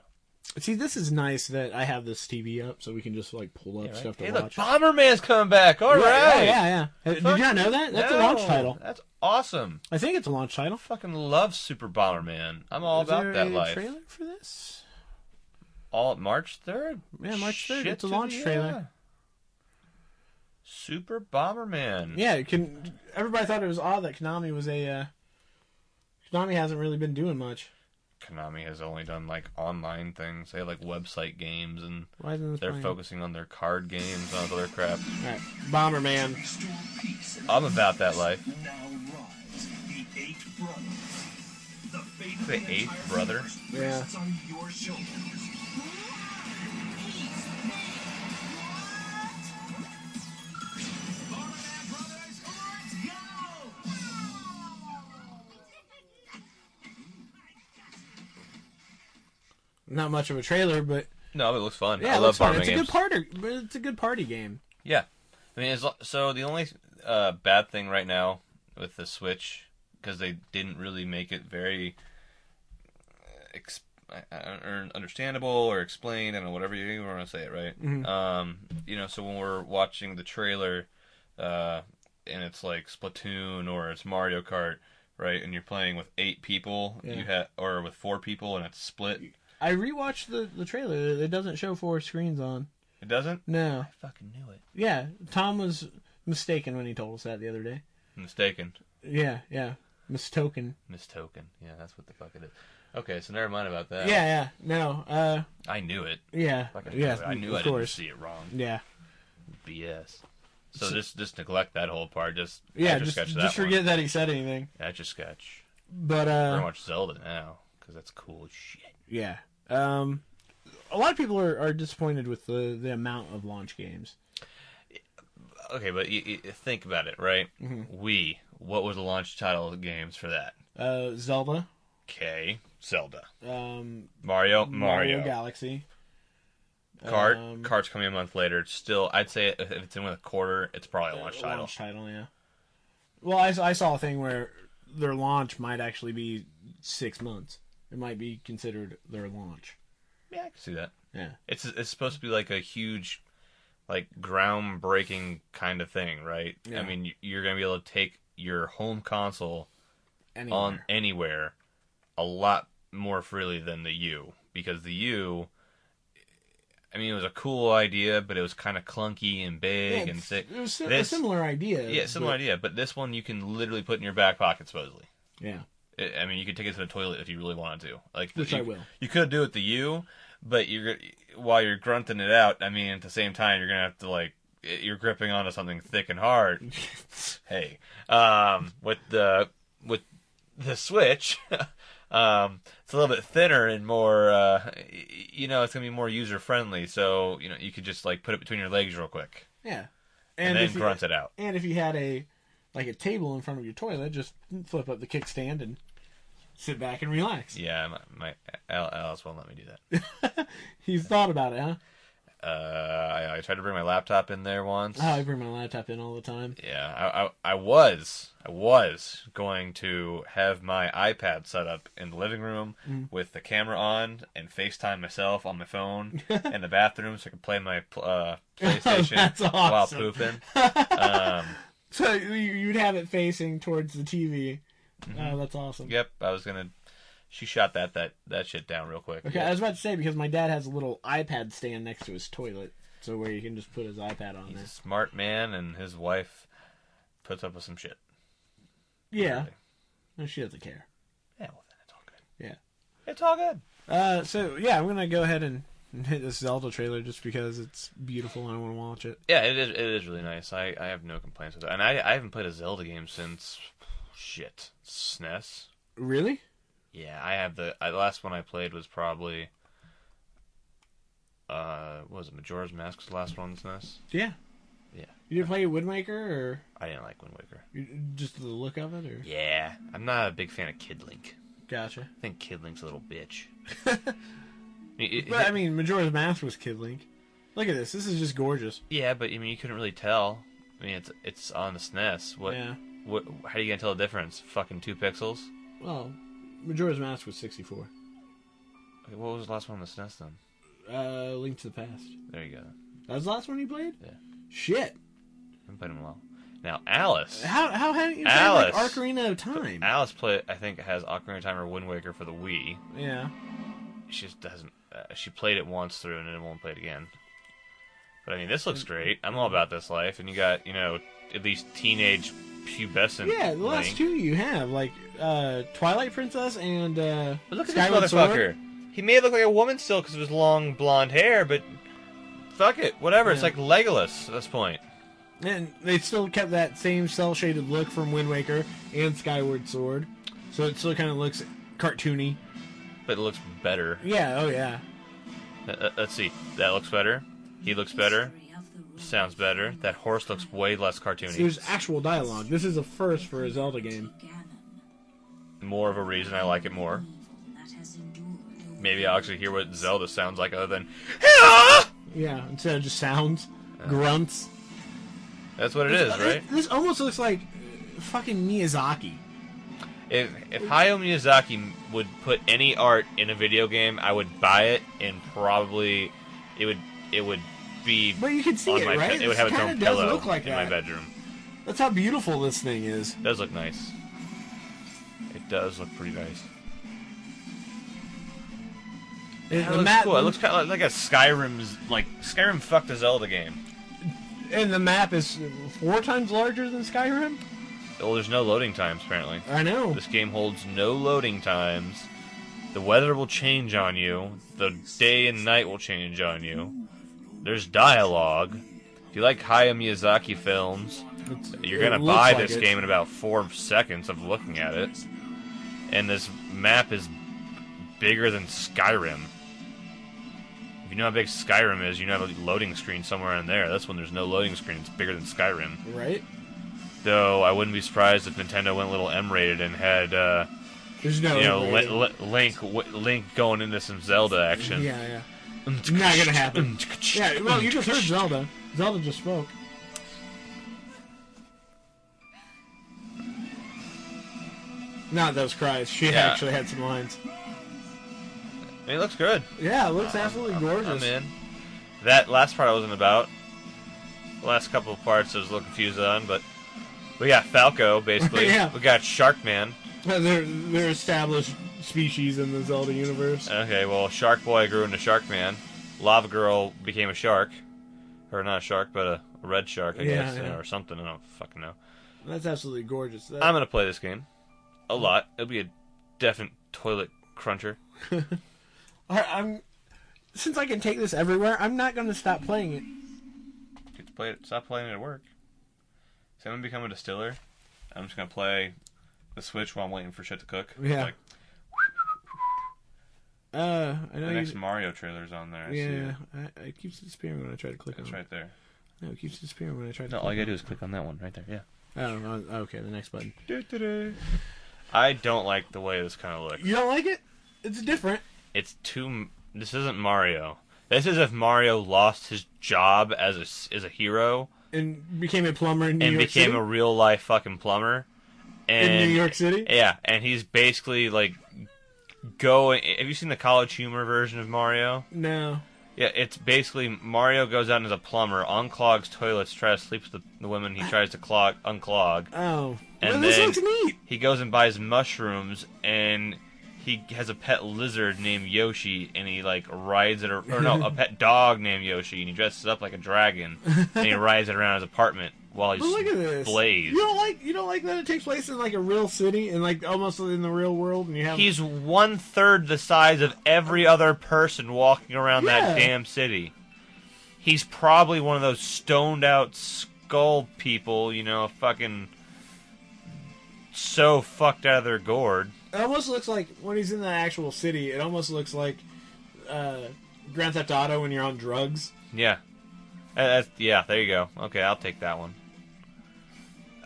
[SPEAKER 2] See, this is nice that I have this TV up, so we can just like pull up
[SPEAKER 5] Right?
[SPEAKER 2] stuff to
[SPEAKER 5] Hey, look,
[SPEAKER 2] watch.
[SPEAKER 5] Bomberman's coming back. All right.
[SPEAKER 2] Yeah, yeah, yeah. Hey, Did you
[SPEAKER 5] Fuck
[SPEAKER 2] not know that? That's a
[SPEAKER 5] No,
[SPEAKER 2] launch title.
[SPEAKER 5] That's awesome.
[SPEAKER 2] I think it's a launch title.
[SPEAKER 5] Fucking love Super Bomberman. I'm all
[SPEAKER 2] Is
[SPEAKER 5] about
[SPEAKER 2] there
[SPEAKER 5] that
[SPEAKER 2] a
[SPEAKER 5] life.
[SPEAKER 2] Trailer for this?
[SPEAKER 5] All March third.
[SPEAKER 2] Yeah, March 3rd,
[SPEAKER 5] Shit
[SPEAKER 2] it's a
[SPEAKER 5] to the-
[SPEAKER 2] launch trailer.
[SPEAKER 5] yeah. Super Bomberman.
[SPEAKER 2] Yeah, it can everybody thought it was odd that Konami was a uh, Konami hasn't really been doing much.
[SPEAKER 5] Konami has only done like online things. They have like website games and
[SPEAKER 2] Why isn't this
[SPEAKER 5] they're
[SPEAKER 2] playing?
[SPEAKER 5] focusing on their card games and all other crap.
[SPEAKER 2] All right, Bomberman.
[SPEAKER 5] I'm about that life.
[SPEAKER 6] Now rise, the eight brothers. The fate of
[SPEAKER 5] The eighth
[SPEAKER 6] entire
[SPEAKER 5] brother?
[SPEAKER 6] universe
[SPEAKER 2] Yeah.
[SPEAKER 6] rests on your shoulders. Bomberman Brothers, let's go!
[SPEAKER 2] Not much of a trailer, but
[SPEAKER 5] No, but it looks fun.
[SPEAKER 2] yeah,
[SPEAKER 5] I
[SPEAKER 2] it
[SPEAKER 5] love
[SPEAKER 2] looks fun.
[SPEAKER 5] Bomberman
[SPEAKER 2] It's a
[SPEAKER 5] games.
[SPEAKER 2] good party. but It's a good party game.
[SPEAKER 5] Yeah, I mean, as lo- so the only uh, bad thing right now with the Switch because they didn't really make it very uh, ex- I- I- or understandable or explained. I don't know whatever you want to say it right. Um, you know, so when we're watching the trailer, uh, and it's like Splatoon or it's Mario Kart. Right, and you're playing with eight people,
[SPEAKER 2] Yeah.
[SPEAKER 5] you ha- or with four people, and it's split.
[SPEAKER 2] I rewatched the the trailer. It doesn't show four screens on.
[SPEAKER 5] It doesn't.
[SPEAKER 2] No.
[SPEAKER 5] I fucking knew it.
[SPEAKER 2] Yeah, Tom was mistaken when he told us that the other day.
[SPEAKER 5] Mistaken.
[SPEAKER 2] Yeah, yeah, mistoken.
[SPEAKER 5] Mistoken. Yeah, that's what the fuck it is. Okay, so never mind about that.
[SPEAKER 2] Yeah, yeah. No. Uh.
[SPEAKER 5] I knew it.
[SPEAKER 2] Yeah.
[SPEAKER 5] Fucking knew
[SPEAKER 2] Yeah.
[SPEAKER 5] it. Oh. I knew
[SPEAKER 2] of
[SPEAKER 5] I didn't
[SPEAKER 2] course.
[SPEAKER 5] see it wrong.
[SPEAKER 2] Yeah.
[SPEAKER 5] BS. So just just neglect that whole part. Just
[SPEAKER 2] Yeah.
[SPEAKER 5] etch a
[SPEAKER 2] Just
[SPEAKER 5] sketch
[SPEAKER 2] just
[SPEAKER 5] that
[SPEAKER 2] forget that he said anything.
[SPEAKER 5] one. Etch a sketch.
[SPEAKER 2] But
[SPEAKER 5] We're
[SPEAKER 2] uh.
[SPEAKER 5] gonna watch Zelda now because that's cool as shit.
[SPEAKER 2] Yeah. Um. A lot of people are, are disappointed with the, the amount of launch games.
[SPEAKER 5] Okay, but you, you, think about it, right?
[SPEAKER 2] Mm-hmm.
[SPEAKER 5] We what was the launch title games for that?
[SPEAKER 2] Uh, Zelda,
[SPEAKER 5] Okay, Zelda,
[SPEAKER 2] um, Mario,
[SPEAKER 5] Mario, Mario,
[SPEAKER 2] Galaxy,
[SPEAKER 5] Cart.
[SPEAKER 2] um,
[SPEAKER 5] Cart's coming a month later. It's still, I'd say if if it's in with a quarter, it's probably a launch title.
[SPEAKER 2] launch title. Yeah. Well, I, s- I saw a thing where their launch might actually be six months. It might be considered their launch.
[SPEAKER 5] Yeah, I can see that.
[SPEAKER 2] Yeah.
[SPEAKER 5] It's it's supposed to be like a huge, like groundbreaking kind of thing, right?
[SPEAKER 2] Yeah.
[SPEAKER 5] I mean, you- you're gonna be able to take your home console
[SPEAKER 2] Anywhere.
[SPEAKER 5] on anywhere a lot more freely than the U because the U. I mean, it was a cool idea, but it was kind of clunky and
[SPEAKER 2] Yeah,
[SPEAKER 5] big and
[SPEAKER 2] it's-
[SPEAKER 5] thick.
[SPEAKER 2] it was si- a
[SPEAKER 5] This-
[SPEAKER 2] similar idea.
[SPEAKER 5] Yeah, similar
[SPEAKER 2] but-
[SPEAKER 5] idea, but this one you can literally put in your back pocket, supposedly.
[SPEAKER 2] Yeah.
[SPEAKER 5] I I mean, you could take it to the toilet if you really wanted to. Like,
[SPEAKER 2] Which
[SPEAKER 5] you,
[SPEAKER 2] I will.
[SPEAKER 5] You could do it to you, but you're g- while you're grunting it out. I mean, at the same time, you're gonna have to like i- you're gripping onto something thick and hard. hey, um, with the with the switch, um, it's a little bit thinner and more. Uh, y- y- you know, it's gonna be more user friendly. So you know, you could just like put it between your legs real quick
[SPEAKER 2] Yeah.
[SPEAKER 5] and,
[SPEAKER 2] if
[SPEAKER 5] then
[SPEAKER 2] you-
[SPEAKER 5] grunt it out.
[SPEAKER 2] And if you had a like a table in front of your toilet, just flip up the kickstand and sit back and relax.
[SPEAKER 5] Yeah, my, my Al- Alice won't let me do that.
[SPEAKER 2] You thought about it, huh?
[SPEAKER 5] Uh, I, I tried to bring my laptop in there once.
[SPEAKER 2] Oh, I bring my laptop in all the time.
[SPEAKER 5] Yeah, I, I I was I was going to have my iPad set up in the living room
[SPEAKER 2] Mm.
[SPEAKER 5] with the camera on and FaceTime myself on my phone in the bathroom so I could play my pl- uh, PlayStation
[SPEAKER 2] Oh, That's
[SPEAKER 5] while
[SPEAKER 2] awesome.
[SPEAKER 5] pooping. Um,
[SPEAKER 2] So you- you'd have it facing towards the TV. Oh, that's awesome.
[SPEAKER 5] yep, I was gonna. She shot that that that shit down real quick.
[SPEAKER 2] Okay, I was about to say because my dad has a little iPad stand next to his toilet, so where you can just put his iPad on
[SPEAKER 5] He's
[SPEAKER 2] there.
[SPEAKER 5] a smart man, and his wife puts up with some shit.
[SPEAKER 2] Yeah,
[SPEAKER 5] Really.
[SPEAKER 2] no, she doesn't care.
[SPEAKER 5] Yeah, well then it's all good.
[SPEAKER 2] Yeah.
[SPEAKER 5] It's all good.
[SPEAKER 2] Uh, so yeah, I'm gonna go ahead and, and hit this Zelda trailer just because it's beautiful and I want to watch it.
[SPEAKER 5] Yeah, it is. It is really nice. I, I have no complaints with it, and I I haven't played a Zelda game since shit SNES.
[SPEAKER 2] Really?
[SPEAKER 5] Yeah, I have the I, the last one I played was probably uh what was it Majora's Mask was the last one on E SNES.
[SPEAKER 2] Yeah.
[SPEAKER 5] Yeah.
[SPEAKER 2] You didn't play Woodmaker or
[SPEAKER 5] I didn't like Wind Waker.
[SPEAKER 2] you- just the look of it, or
[SPEAKER 5] Yeah, I'm not a big fan of Kid Link.
[SPEAKER 2] gotcha.
[SPEAKER 5] I think Kid Link's a little bitch. It- it-
[SPEAKER 2] But I mean, Majora's Mask was Kid Link. Look at this. This is just gorgeous.
[SPEAKER 5] yeah, but I mean you couldn't really tell. I mean it's it's on the SNES. What
[SPEAKER 2] Yeah.
[SPEAKER 5] what how are you gonna tell the difference? Fucking two pixels.
[SPEAKER 2] Well, Majora's Mask was 64.
[SPEAKER 5] Okay, what was the last one on the SNES then?
[SPEAKER 2] Uh, Link to the Past.
[SPEAKER 5] There you go.
[SPEAKER 2] That was the last one you played.
[SPEAKER 5] Yeah.
[SPEAKER 2] Shit.
[SPEAKER 5] I'm playing well. Now Alice,
[SPEAKER 2] How how hadn't you played like
[SPEAKER 5] Alice.
[SPEAKER 2] Ocarina of Time?
[SPEAKER 5] Alice play I think has Ocarina of Time or Wind Waker for the Wii.
[SPEAKER 2] yeah.
[SPEAKER 5] She just doesn't. Uh, she played it once through and then won't play it again. But I mean, this looks
[SPEAKER 2] Mm.
[SPEAKER 5] great. I'm all about this life, and you got you know at least teenage pubescent.
[SPEAKER 2] Yeah, the last
[SPEAKER 5] Link.
[SPEAKER 2] two you have like uh, Twilight Princess and uh,
[SPEAKER 5] But look at
[SPEAKER 2] Skyward
[SPEAKER 5] this
[SPEAKER 2] Sword.
[SPEAKER 5] motherfucker. He may look like a woman still because of his long blonde hair, but fuck it, whatever. It's
[SPEAKER 2] Yeah.
[SPEAKER 5] like Legolas at this point.
[SPEAKER 2] And they still kept that same cell shaded look from Wind Waker and Skyward Sword. So it still kind of looks cartoony.
[SPEAKER 5] But it looks better.
[SPEAKER 2] Yeah, oh yeah.
[SPEAKER 5] Uh, uh, let's see. That looks better. He looks better. Sounds better. That horse looks way less cartoony.
[SPEAKER 2] There's actual dialogue. This is a first for a Zelda game.
[SPEAKER 5] more of a reason I like it more. Maybe I'll actually hear what Zelda sounds like other than "Hello!"
[SPEAKER 2] Yeah, instead of just sounds, grunts.
[SPEAKER 5] That's what it is, right?
[SPEAKER 2] This almost looks like fucking Miyazaki.
[SPEAKER 5] If if Hayao Miyazaki m- would put any art in a video game, I would buy it and probably it would it would be
[SPEAKER 2] But you can see
[SPEAKER 5] on
[SPEAKER 2] it,
[SPEAKER 5] my
[SPEAKER 2] right?
[SPEAKER 5] bed. It would
[SPEAKER 2] This
[SPEAKER 5] have its
[SPEAKER 2] kinda
[SPEAKER 5] own
[SPEAKER 2] does
[SPEAKER 5] pillow
[SPEAKER 2] look like
[SPEAKER 5] in my
[SPEAKER 2] that.
[SPEAKER 5] bedroom.
[SPEAKER 2] That's how beautiful this thing is.
[SPEAKER 5] It does look nice. It does look pretty nice. It
[SPEAKER 2] the
[SPEAKER 5] looks
[SPEAKER 2] map,
[SPEAKER 5] cool. It looks kind of like a Skyrim's like Skyrim fucked a Zelda game.
[SPEAKER 2] and the map is four times larger than Skyrim.
[SPEAKER 5] Well, there's no loading times apparently.
[SPEAKER 2] I know.
[SPEAKER 5] This game holds no loading times. The weather will change on you. The day and night will change on you. There's dialogue. If you like Hayao Miyazaki films,
[SPEAKER 2] It's-
[SPEAKER 5] you're
[SPEAKER 2] it
[SPEAKER 5] gonna
[SPEAKER 2] looks
[SPEAKER 5] buy
[SPEAKER 2] like
[SPEAKER 5] this
[SPEAKER 2] it.
[SPEAKER 5] game in about four seconds of looking at it. And this map is bigger than Skyrim. If you know how big Skyrim is, you know how the loading screen somewhere in there. That's when there's no loading screen. It's bigger than Skyrim.
[SPEAKER 2] right?
[SPEAKER 5] Though I wouldn't be surprised if Nintendo went a little M-rated and had uh,
[SPEAKER 2] There's no.
[SPEAKER 5] you know,
[SPEAKER 2] way.
[SPEAKER 5] li- li- Link w- Link going into some Zelda action.
[SPEAKER 2] yeah, yeah. Not gonna happen. Yeah, well, you just heard Zelda. Zelda just spoke. Not those cries. She
[SPEAKER 5] Yeah.
[SPEAKER 2] actually had some lines.
[SPEAKER 5] I mean, it looks good.
[SPEAKER 2] Yeah, it looks absolutely gorgeous.
[SPEAKER 5] I'm in. That last part I wasn't about. The last couple of parts I was a little confused on, but we got Falco basically.
[SPEAKER 2] Yeah.
[SPEAKER 5] We got Sharkman.
[SPEAKER 2] Uh, They're, they're established species in the Zelda universe.
[SPEAKER 5] Okay, well, Shark Boy grew into Sharkman. Lava Girl became a shark, or not a shark, but a a red shark, I
[SPEAKER 2] Yeah,
[SPEAKER 5] guess,
[SPEAKER 2] yeah.
[SPEAKER 5] or something. I don't fucking know.
[SPEAKER 2] That's absolutely gorgeous. That-
[SPEAKER 5] I'm gonna play this game a lot. It'll be a definite toilet cruncher.
[SPEAKER 2] I- I'm- since I can take this everywhere, I'm not going to stop playing it.
[SPEAKER 5] Get to play it. Stop playing it at work. So I'm gonna become a distiller. I'm just gonna play the Switch while I'm waiting for shit to cook.
[SPEAKER 2] Yeah.
[SPEAKER 5] Like,
[SPEAKER 2] Uh, I
[SPEAKER 5] the
[SPEAKER 2] know.
[SPEAKER 5] next
[SPEAKER 2] You,
[SPEAKER 5] Mario trailer's on there. I see
[SPEAKER 2] yeah,
[SPEAKER 5] it.
[SPEAKER 2] I, it keeps disappearing when I try to click
[SPEAKER 5] It's
[SPEAKER 2] on
[SPEAKER 5] right there.
[SPEAKER 2] it. No, it keeps disappearing when I try to.
[SPEAKER 5] No, all
[SPEAKER 2] click
[SPEAKER 5] you gotta
[SPEAKER 2] on
[SPEAKER 5] do is click on that one right there.
[SPEAKER 2] it. Oh, oh, okay, the next button.
[SPEAKER 5] Yeah. I don't like the way this kind of looks.
[SPEAKER 2] You don't like it? It's different.
[SPEAKER 5] It's too. This isn't Mario. This is if Mario lost his job as a s- as a hero
[SPEAKER 2] And became a plumber in New
[SPEAKER 5] and
[SPEAKER 2] York
[SPEAKER 5] became
[SPEAKER 2] City.
[SPEAKER 5] a real life fucking plumber. And
[SPEAKER 2] in New York City.
[SPEAKER 5] Yeah, and he's basically like going. Have you seen the college humor version of Mario?
[SPEAKER 2] no.
[SPEAKER 5] Yeah, it's basically Mario goes out as a plumber, unclogs toilets, tries to sleep with the, the women he tries to clog, unclog.
[SPEAKER 2] Oh.
[SPEAKER 5] And
[SPEAKER 2] well, this
[SPEAKER 5] then-
[SPEAKER 2] looks neat.
[SPEAKER 5] He goes and buys mushrooms, and he has a pet lizard named Yoshi, and he like rides it, ar- or no, a pet dog named Yoshi, and he dresses up like a dragon, and he rides it around his apartment while he's
[SPEAKER 2] But look at this.
[SPEAKER 5] blazed.
[SPEAKER 2] You don't like you don't like that it takes place in like a real city and like almost in the real world and you have
[SPEAKER 5] He's one third the size of every other person walking around that
[SPEAKER 2] Yeah.
[SPEAKER 5] damn city. He's probably one of those stoned out skull people, you know, fucking so fucked out of their gourd.
[SPEAKER 2] it almost looks like when he's in the actual city, it almost looks like uh, Grand Theft Auto when you're on drugs.
[SPEAKER 5] Yeah. Uh, that's- yeah, there you go. Okay, I'll take that one.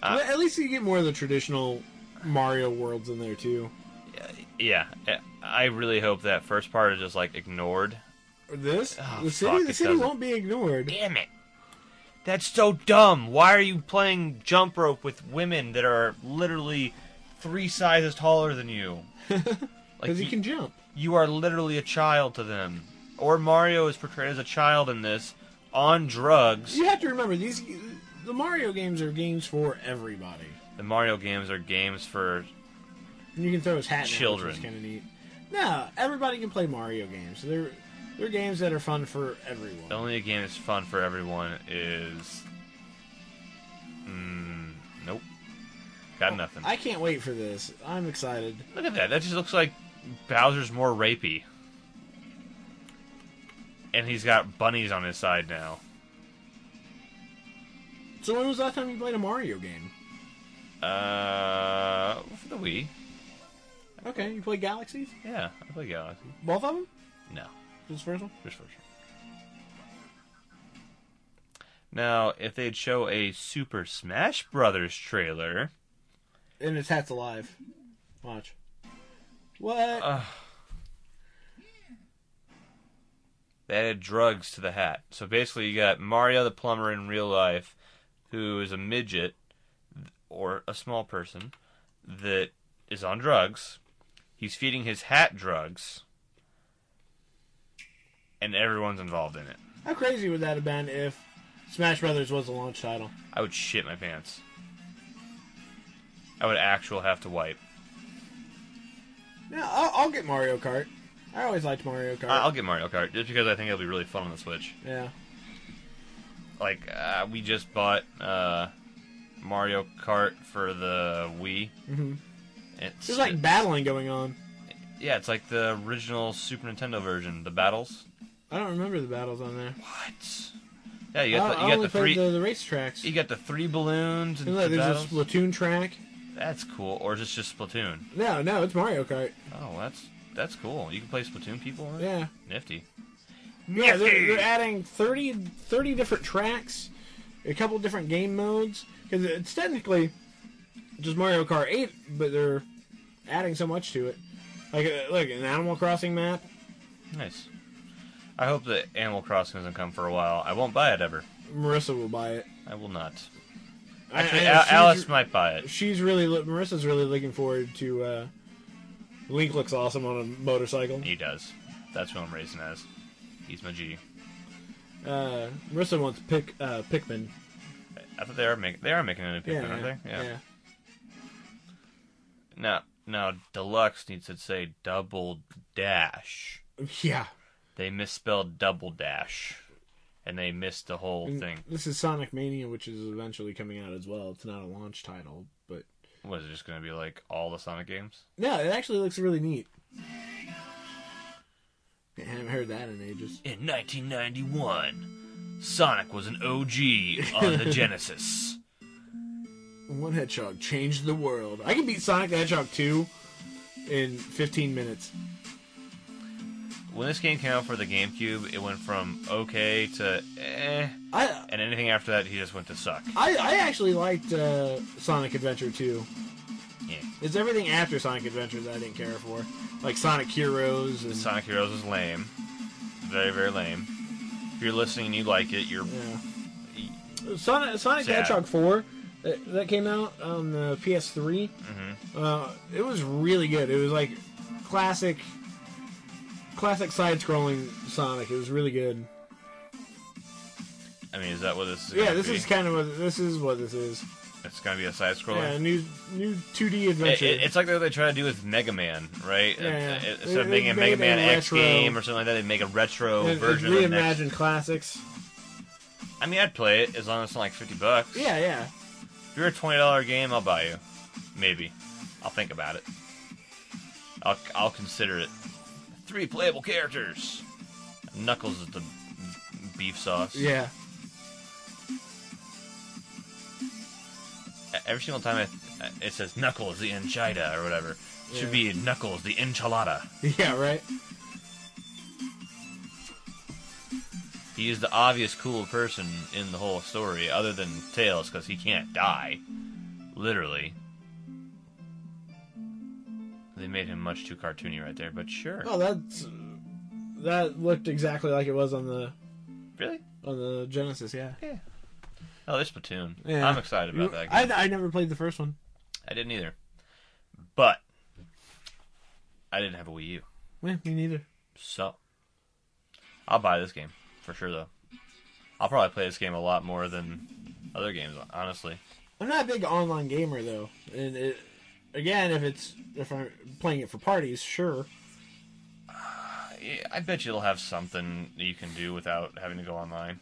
[SPEAKER 5] Uh,
[SPEAKER 2] But at least you get more of the traditional Mario worlds in there too.
[SPEAKER 5] Yeah, uh, I really hope that first part is just like ignored.
[SPEAKER 2] Or This
[SPEAKER 5] Oh,
[SPEAKER 2] the city
[SPEAKER 5] fuck,
[SPEAKER 2] the
[SPEAKER 5] it
[SPEAKER 2] city
[SPEAKER 5] doesn't-
[SPEAKER 2] won't be ignored.
[SPEAKER 5] Damn it. That's so dumb. Why are you playing jump rope with women that are literally three sizes taller than you? like
[SPEAKER 2] Because
[SPEAKER 5] you,
[SPEAKER 2] you can jump.
[SPEAKER 5] you are literally a child to them. Or Mario is portrayed as a child in this on drugs.
[SPEAKER 2] You have to remember these the Mario games are games for everybody.
[SPEAKER 5] The Mario games are games for
[SPEAKER 2] And you can throw his hat.
[SPEAKER 5] Children.
[SPEAKER 2] kind of neat. No, everybody can play Mario games. They're They're games that are fun for
[SPEAKER 5] The
[SPEAKER 2] everyone.
[SPEAKER 5] only game that's fun for everyone is. Mm, nope. Got nothing.
[SPEAKER 2] Oh, I can't wait for this. I'm excited.
[SPEAKER 5] Look at that. That just looks like Bowser's more rapey. And he's got bunnies on his side now.
[SPEAKER 2] So when was the last time you played a Mario game?
[SPEAKER 5] Uh, for the Wii.
[SPEAKER 2] Okay, you played Galaxies?
[SPEAKER 5] Yeah, I play Galaxy.
[SPEAKER 2] Both of them?
[SPEAKER 5] No,
[SPEAKER 2] Just the first one?
[SPEAKER 5] just version. Now, if they'd show a Super Smash Brothers trailer,
[SPEAKER 2] And his hat's alive. Watch. What?
[SPEAKER 5] uh, they added drugs to the hat. So basically, you got Mario the plumber in real life, who is a midget or a small person that is on drugs. He's feeding his hat drugs, and everyone's involved in it.
[SPEAKER 2] How crazy would that have been if Smash Brothers was a launch title?
[SPEAKER 5] I would shit my pants. I would actual have to wipe.
[SPEAKER 2] No, I'll, I'll get Mario Kart. I always liked Mario Kart.
[SPEAKER 5] I- I'll get Mario Kart just because I think it'll be really fun on the Switch.
[SPEAKER 2] yeah.
[SPEAKER 5] Like uh, we just bought uh, Mario Kart for the Wii.
[SPEAKER 2] hmm
[SPEAKER 5] It's
[SPEAKER 2] There's like battling going on.
[SPEAKER 5] yeah, it's like the original Super Nintendo version. The battles.
[SPEAKER 2] I don't remember the battles on there.
[SPEAKER 5] What? Yeah, you
[SPEAKER 2] I,
[SPEAKER 5] got the,
[SPEAKER 2] I
[SPEAKER 5] you got
[SPEAKER 2] only
[SPEAKER 5] the three.
[SPEAKER 2] played the, the racetracks.
[SPEAKER 5] You got the three balloons and
[SPEAKER 2] And look,
[SPEAKER 5] the
[SPEAKER 2] there's a
[SPEAKER 5] battles.
[SPEAKER 2] Splatoon track.
[SPEAKER 5] That's cool. Or is this just Splatoon?
[SPEAKER 2] No, no, it's Mario Kart.
[SPEAKER 5] Oh, that's that's cool. You can play Splatoon people. In it?
[SPEAKER 2] Yeah.
[SPEAKER 5] Nifty.
[SPEAKER 2] Yeah, they're, they're adding 30, 30 different tracks, a couple different game modes, because it's technically just Mario Kart 8, but they're adding so much to it. Like, uh, look, an Animal Crossing map.
[SPEAKER 5] Nice. I hope that Animal Crossing doesn't come for a while. I won't buy it ever.
[SPEAKER 2] Marissa will buy it.
[SPEAKER 5] I will not.
[SPEAKER 2] I-
[SPEAKER 5] Actually,
[SPEAKER 2] I-
[SPEAKER 5] Al-
[SPEAKER 2] she's-
[SPEAKER 5] Alice might buy it.
[SPEAKER 2] She's really, lo- Marissa's really looking forward to. Uh, Link looks awesome on a motorcycle.
[SPEAKER 5] He does. That's who I'm racing as. He's my G.
[SPEAKER 2] Uh, Marissa wants Pick uh, Pikmin.
[SPEAKER 5] I thought they are making they are making a new Pikmin, aren't they?
[SPEAKER 2] yeah.
[SPEAKER 5] Now, now deluxe needs to say double dash.
[SPEAKER 2] Yeah.
[SPEAKER 5] They misspelled double dash, and they missed the whole
[SPEAKER 2] And
[SPEAKER 5] thing.
[SPEAKER 2] This is Sonic Mania, which is eventually coming out as well. It's not a launch title, but
[SPEAKER 5] Was it just gonna be like all the Sonic games?
[SPEAKER 2] no, it actually looks really neat. I haven't heard that in ages.
[SPEAKER 5] In 1991, Sonic was an OG on the Genesis.
[SPEAKER 2] One Hedgehog changed the world. I can beat Sonic the Hedgehog 2 in 15 minutes.
[SPEAKER 5] When this game came out for the GameCube, it went from okay to eh,
[SPEAKER 2] I
[SPEAKER 5] and anything after that, he just went to suck.
[SPEAKER 2] I, I actually liked uh, Sonic Adventure 2.
[SPEAKER 5] Yeah.
[SPEAKER 2] It's everything after Sonic Adventure that I didn't care for, like Sonic Heroes and
[SPEAKER 5] Sonic Heroes is lame, very very lame. If you're listening and you like it, you're
[SPEAKER 2] yeah. Sonic, Sonic the
[SPEAKER 5] Sad.
[SPEAKER 2] Hedgehog 4 that, that came out on the PS3.
[SPEAKER 5] Mm-hmm.
[SPEAKER 2] Uh, it was really good. It was like classic, classic side-scrolling Sonic. It was really good.
[SPEAKER 5] I mean, is that what this is?
[SPEAKER 2] Yeah,
[SPEAKER 5] gonna
[SPEAKER 2] this
[SPEAKER 5] be?
[SPEAKER 2] is kind of what this is. What this is.
[SPEAKER 5] It's gonna be a side
[SPEAKER 2] Yeah,
[SPEAKER 5] scroller.
[SPEAKER 2] new new 2D
[SPEAKER 5] It,
[SPEAKER 2] adventure.
[SPEAKER 5] it- it's like what they try to do with Mega Man, right?
[SPEAKER 2] Yeah, yeah.
[SPEAKER 5] It- it-
[SPEAKER 2] They-
[SPEAKER 5] Instead of
[SPEAKER 2] they
[SPEAKER 5] making a
[SPEAKER 2] made
[SPEAKER 5] Mega
[SPEAKER 2] a
[SPEAKER 5] Man X
[SPEAKER 2] retro-
[SPEAKER 5] game or something like that, they make a retro
[SPEAKER 2] It- it's
[SPEAKER 5] version. Of the next.
[SPEAKER 2] reimagined classics.
[SPEAKER 5] I mean, I'd play it as long as it's not like fifty bucks.
[SPEAKER 2] Yeah, yeah.
[SPEAKER 5] If you're a twenty dollar game, I'll buy you. Maybe. I'll think about it. I'll I'll consider it. Three playable characters. Knuckles is the beef sauce.
[SPEAKER 2] Yeah.
[SPEAKER 5] e, Every single time it, e, it says Knuckles the enchilada or whatever, it should be Knuckles the enchilada.
[SPEAKER 2] Yeah, right?
[SPEAKER 5] He is the obvious cool person in the whole story, other than Tails, because he can't die. Literally. They made him much too cartoony right there, but sure.
[SPEAKER 2] Oh, that's that looked exactly like it was on the
[SPEAKER 5] Really?
[SPEAKER 2] on the Genesis, yeah.
[SPEAKER 5] Yeah. Oh, this platoon.
[SPEAKER 2] Yeah.
[SPEAKER 5] I'm excited about that game.
[SPEAKER 2] I, I never played the first one.
[SPEAKER 5] I didn't either. But I didn't have a Wii U.
[SPEAKER 2] Yeah, me neither.
[SPEAKER 5] So I'll buy this game for sure though. I'll probably play this game a lot more than other games, honestly.
[SPEAKER 2] I'm not a big online gamer though, and it, again, if it's if I'm playing it for parties, sure.
[SPEAKER 5] eh, I bet you it'll have something that you can do without having to go online.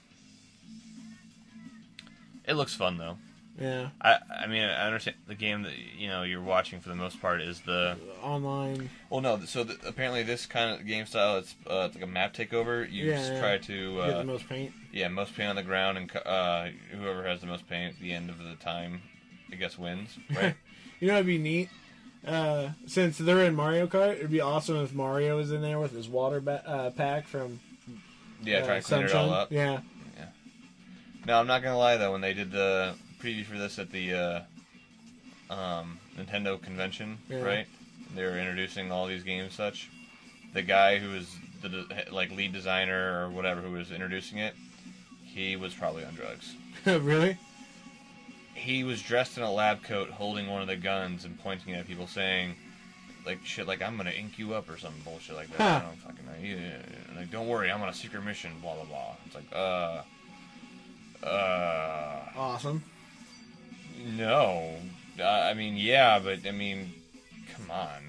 [SPEAKER 5] It looks fun though.
[SPEAKER 2] Yeah,
[SPEAKER 5] I I mean I understand the game that you know you're watching for the most part is the
[SPEAKER 2] online.
[SPEAKER 5] well no so the, apparently this kind of game style it's, uh, it's like a map takeover you
[SPEAKER 2] Yeah,
[SPEAKER 5] just
[SPEAKER 2] yeah.
[SPEAKER 5] try to
[SPEAKER 2] get the
[SPEAKER 5] uh,
[SPEAKER 2] most paint.
[SPEAKER 5] yeah most paint on the ground and co- uh, whoever has the most paint at the end of the time I guess wins right
[SPEAKER 2] You know, it'd be neat. Uh, since they're in Mario Kart, it'd be awesome if Mario was in there with his water ba- uh, pack from
[SPEAKER 5] yeah
[SPEAKER 2] uh,
[SPEAKER 5] try to clean it all
[SPEAKER 2] Sunshine.
[SPEAKER 5] up
[SPEAKER 2] Yeah,
[SPEAKER 5] No, I'm not gonna lie though. When they did the preview for this at the uh, um, Nintendo convention,
[SPEAKER 2] Yeah.
[SPEAKER 5] right? They were introducing all these games, and such. The guy who was the de- like lead designer or whatever who was introducing it, he was probably on drugs.
[SPEAKER 2] really?
[SPEAKER 5] He was dressed in a lab coat, holding one of the guns and pointing it at people, saying. Like shit, like I'm gonna ink you up or some bullshit like that. I
[SPEAKER 2] Huh.
[SPEAKER 5] don't fucking know. You- Like don't worry, I'm on a secret mission. Blah blah blah. It's like uh, uh.
[SPEAKER 2] Awesome.
[SPEAKER 5] No, uh, I mean yeah, but I mean, come on.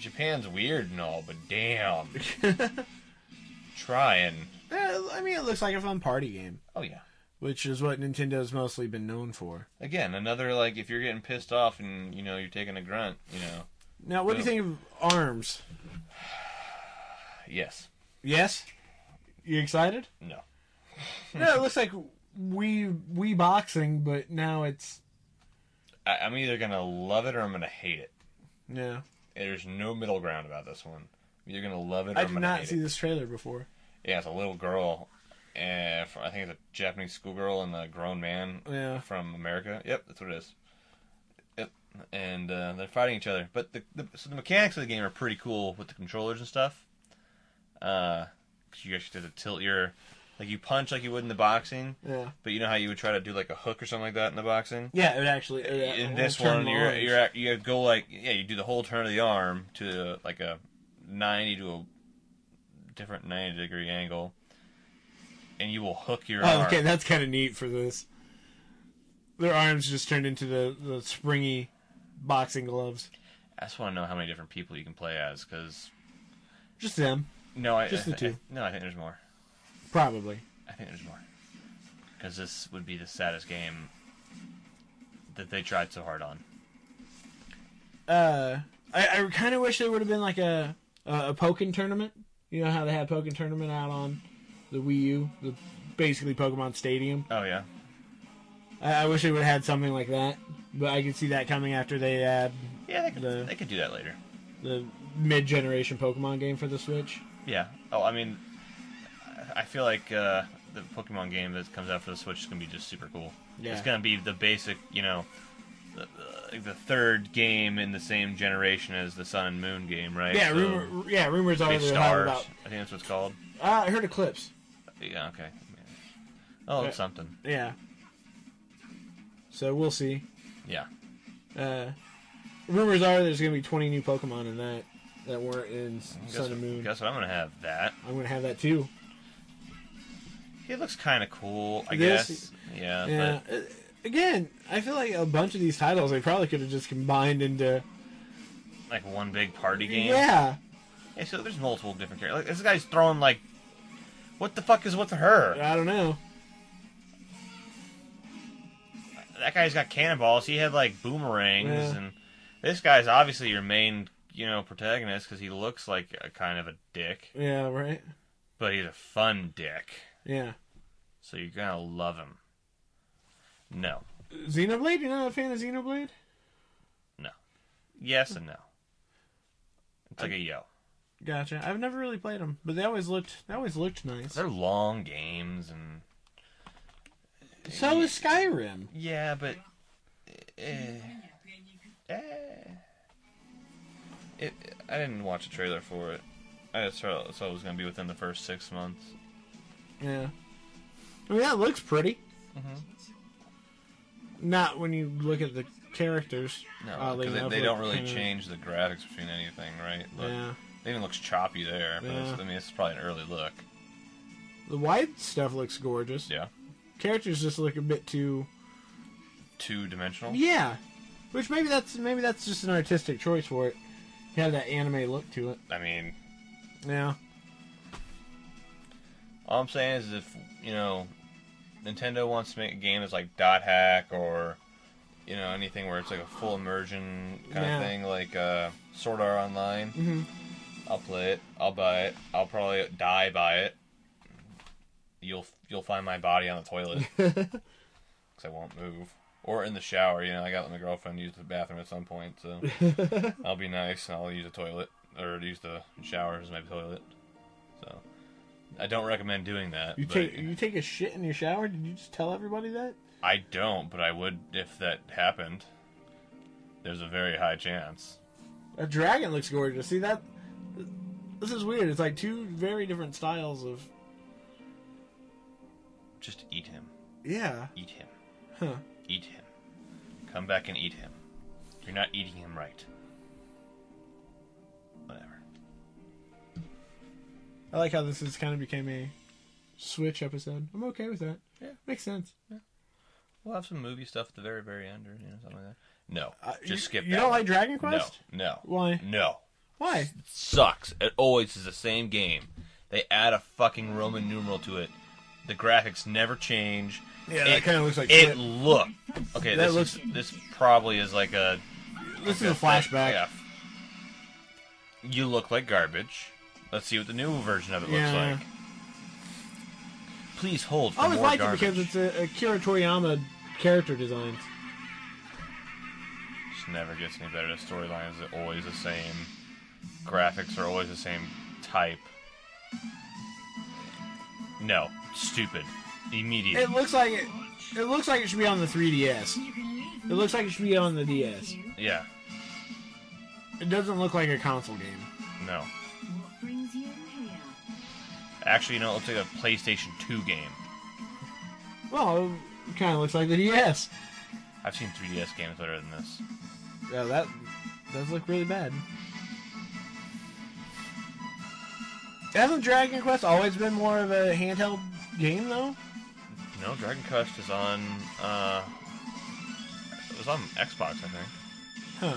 [SPEAKER 5] Japan's weird and all, but damn, trying.
[SPEAKER 2] Yeah, Uh, I mean, it looks like a fun party game,
[SPEAKER 5] Oh yeah.
[SPEAKER 2] which is what Nintendo's mostly been known for.
[SPEAKER 5] Again, another like if you're getting pissed off and you know you're taking a grunt, you know.
[SPEAKER 2] Now, what do you think of Arms?
[SPEAKER 5] Yes.
[SPEAKER 2] Yes. You excited?
[SPEAKER 5] No.
[SPEAKER 2] no, it looks like we we boxing, but now it's
[SPEAKER 5] I, I'm either gonna love it or I'm gonna hate it.
[SPEAKER 2] yeah.
[SPEAKER 5] There's no middle ground about this one. I'm either gonna love it or
[SPEAKER 2] I
[SPEAKER 5] am
[SPEAKER 2] did
[SPEAKER 5] gonna
[SPEAKER 2] not
[SPEAKER 5] hate
[SPEAKER 2] see
[SPEAKER 5] it.
[SPEAKER 2] this trailer before.
[SPEAKER 5] Yeah, it's a little girl. Uh, from, I think it's a Japanese schoolgirl and a grown man
[SPEAKER 2] Yeah.
[SPEAKER 5] from America. Yep, that's what it is. Yep, and uh, they're fighting each other. But the, the so the mechanics of the game are pretty cool with the controllers and stuff. Uh, 'cause you actually have to tilt your, like you punch like you would in the boxing,
[SPEAKER 2] Yeah,
[SPEAKER 5] but you know how you would try to do like a hook or something like that in the boxing.
[SPEAKER 2] yeah. It would actually it would- it
[SPEAKER 5] in
[SPEAKER 2] would
[SPEAKER 5] this
[SPEAKER 2] turn
[SPEAKER 5] one,
[SPEAKER 2] the
[SPEAKER 5] you're
[SPEAKER 2] orange.
[SPEAKER 5] you're at, you go like yeah, you do the whole turn of the arm to like a ninety to a different ninety degree angle, and you will hook your
[SPEAKER 2] Oh,
[SPEAKER 5] arm.
[SPEAKER 2] okay, that's kind of neat for this. Their arms just turned into the the springy boxing gloves.
[SPEAKER 5] I just want to know how many different people you can play as because
[SPEAKER 2] Just them,
[SPEAKER 5] no, I
[SPEAKER 2] Just the
[SPEAKER 5] I- I-
[SPEAKER 2] two.
[SPEAKER 5] no, I think there's more.
[SPEAKER 2] probably.
[SPEAKER 5] I think there's more because this would be the saddest game that they tried so hard on.
[SPEAKER 2] Uh, I, I kind of wish there would have been like a a, a Pokken tournament. You know how they had Pokken tournament out on the Wii U, the basically Pokemon Stadium.
[SPEAKER 5] Oh yeah,
[SPEAKER 2] I, I wish they would have had something like that, but I could see that coming after they add
[SPEAKER 5] yeah, they could,
[SPEAKER 2] The-
[SPEAKER 5] they could do that later.
[SPEAKER 2] the mid-generation Pokemon game for the Switch.
[SPEAKER 5] Yeah. Oh, I mean, I- I feel like uh, the Pokemon game that comes out for the Switch is gonna be just super cool.
[SPEAKER 2] Yeah.
[SPEAKER 5] It's gonna be the basic, you know, the, the- like the third game in the same generation as the Sun and Moon game, right?
[SPEAKER 2] Yeah,
[SPEAKER 5] So,
[SPEAKER 2] rumor, yeah, rumors are
[SPEAKER 5] Big
[SPEAKER 2] they're hyped
[SPEAKER 5] stars.
[SPEAKER 2] about.
[SPEAKER 5] I think that's what it's called.
[SPEAKER 2] Uh, I heard Eclipse.
[SPEAKER 5] Yeah. Okay. Oh, it's something.
[SPEAKER 2] Yeah. So we'll see.
[SPEAKER 5] Yeah.
[SPEAKER 2] Uh, rumors are there's gonna be 20 new Pokemon in that that weren't in
[SPEAKER 5] Guess,
[SPEAKER 2] Sun and Moon.
[SPEAKER 5] Guess what? I'm gonna have that.
[SPEAKER 2] I'm gonna have that too.
[SPEAKER 5] He looks kind of cool, I
[SPEAKER 2] This-
[SPEAKER 5] guess. Yeah,
[SPEAKER 2] Yeah. Uh, Again, I feel like a bunch of these titles they probably could have just combined into.
[SPEAKER 5] but like one big party game.
[SPEAKER 2] Yeah.
[SPEAKER 5] Yeah, so there's multiple different characters. Like, this guy's throwing like, what the fuck is with her?
[SPEAKER 2] I don't know.
[SPEAKER 5] that guy's got cannonballs. He had like boomerangs,
[SPEAKER 2] Yeah.
[SPEAKER 5] and this guy's obviously your main, you know, protagonist because he looks like a kind of a dick,
[SPEAKER 2] Yeah. Right.
[SPEAKER 5] but he's a fun dick.
[SPEAKER 2] Yeah.
[SPEAKER 5] So you're gonna love him. No,
[SPEAKER 2] Xenoblade. You're not a fan of Xenoblade?
[SPEAKER 5] yes and no. It's like a yo.
[SPEAKER 2] Gotcha. I've never really played them, but they always looked they always looked nice.
[SPEAKER 5] They're long games, and
[SPEAKER 2] So is Skyrim.
[SPEAKER 5] yeah, but eh, eh. It, I didn't watch a trailer for it. I just saw so it was gonna be within the first six months.
[SPEAKER 2] Yeah. I mean, that looks pretty. Not when you look at the characters.
[SPEAKER 5] Mm-hmm. No,
[SPEAKER 2] oddly
[SPEAKER 5] because they,
[SPEAKER 2] enough,
[SPEAKER 5] they
[SPEAKER 2] look
[SPEAKER 5] don't really
[SPEAKER 2] kinda-
[SPEAKER 5] change the graphics between anything, right? Look,
[SPEAKER 2] Yeah.
[SPEAKER 5] It even looks choppy there, but it's,
[SPEAKER 2] Yeah.
[SPEAKER 5] I mean, it's probably an early look.
[SPEAKER 2] The wide stuff looks gorgeous.
[SPEAKER 5] Yeah.
[SPEAKER 2] Characters just look a bit too.
[SPEAKER 5] Two dimensional?
[SPEAKER 2] Yeah. Which maybe that's maybe that's just an artistic choice for it. You have that anime look to it.
[SPEAKER 5] I mean,
[SPEAKER 2] Yeah.
[SPEAKER 5] All I'm saying is, if you know, Nintendo wants to make a game that's like Dot Hack or you know anything where it's like a full immersion kind
[SPEAKER 2] Yeah.
[SPEAKER 5] of thing, like uh, Sword Art Online,
[SPEAKER 2] Mhm.
[SPEAKER 5] I'll play it. I'll buy it. I'll probably die by it. You'll you'll find my body on the toilet because I won't move. Or in the shower, you know, I gotta let my girlfriend use the bathroom at some point, so I'll be nice and I'll use the toilet or use the shower as my toilet. So I don't recommend doing that.
[SPEAKER 2] You
[SPEAKER 5] but
[SPEAKER 2] take you take a shit in your shower? Did you just tell everybody that?
[SPEAKER 5] I don't, but I would if that happened. There's a very high chance.
[SPEAKER 2] A dragon looks gorgeous. See that? This is weird. It's like two very different styles of.
[SPEAKER 5] Just eat him.
[SPEAKER 2] Yeah.
[SPEAKER 5] Eat him.
[SPEAKER 2] Huh.
[SPEAKER 5] Eat him. Come back and eat him. You're not eating him right. Whatever.
[SPEAKER 2] I like how this has kind of became a Switch episode. I'm okay with that.
[SPEAKER 5] Yeah.
[SPEAKER 2] Makes sense.
[SPEAKER 5] We'll have some movie stuff at the very, very end, or you know, something like that. No,
[SPEAKER 2] Uh,
[SPEAKER 5] just
[SPEAKER 2] you-
[SPEAKER 5] skip.
[SPEAKER 2] you
[SPEAKER 5] that
[SPEAKER 2] don't
[SPEAKER 5] one.
[SPEAKER 2] like Dragon Quest?
[SPEAKER 5] No, no,
[SPEAKER 2] Why?
[SPEAKER 5] no.
[SPEAKER 2] Why?
[SPEAKER 5] sucks. It always is the same game. They add a fucking Roman numeral to it. The graphics never change.
[SPEAKER 2] Yeah,
[SPEAKER 5] it,
[SPEAKER 2] that kinda looks like
[SPEAKER 5] it
[SPEAKER 2] shit.
[SPEAKER 5] look. Okay,
[SPEAKER 2] That
[SPEAKER 5] this
[SPEAKER 2] looks-
[SPEAKER 5] is- this probably is like a
[SPEAKER 2] This is a flashback.
[SPEAKER 5] Yeah. You look like garbage. Let's see what the new version of it looks
[SPEAKER 2] Yeah.
[SPEAKER 5] like. Please hold for
[SPEAKER 2] I always
[SPEAKER 5] more
[SPEAKER 2] liked
[SPEAKER 5] garbage.
[SPEAKER 2] it because it's a, a Kira Toriyama character designs.
[SPEAKER 5] Just never gets any better. The storylines are always the same. Graphics are always the same type. No, stupid. Immediate.
[SPEAKER 2] It looks like it. It looks like it should be on the 3DS. It looks like it should be on the DS.
[SPEAKER 5] yeah,
[SPEAKER 2] It doesn't look like a console game.
[SPEAKER 5] no.
[SPEAKER 7] What brings you in here?
[SPEAKER 5] Actually, you know, it looks like a PlayStation 2 game.
[SPEAKER 2] Well, it kind of looks like the DS.
[SPEAKER 5] I've seen 3DS games better than this.
[SPEAKER 2] Yeah, that does look really bad. Hasn't Dragon Quest always been more of a handheld game, though?
[SPEAKER 5] No, Dragon Quest is on. Uh, it was on Xbox, I think.
[SPEAKER 2] Huh.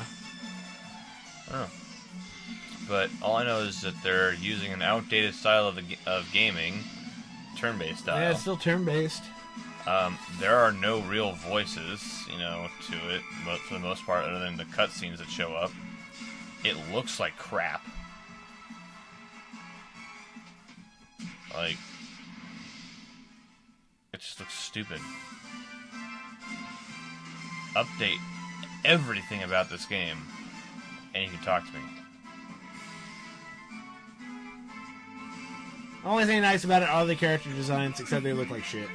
[SPEAKER 5] Oh. But all I know is that they're using an outdated style of, the, ga- of gaming, turn-based style.
[SPEAKER 2] Yeah, it's still turn-based.
[SPEAKER 5] Um, there are no real voices, you know, to it, but for the most part, other than the cutscenes that show up, it looks like crap. Like, it just looks stupid. Update everything about this game, and you can talk to me.
[SPEAKER 2] Only thing nice about it are the character designs, except they look like shit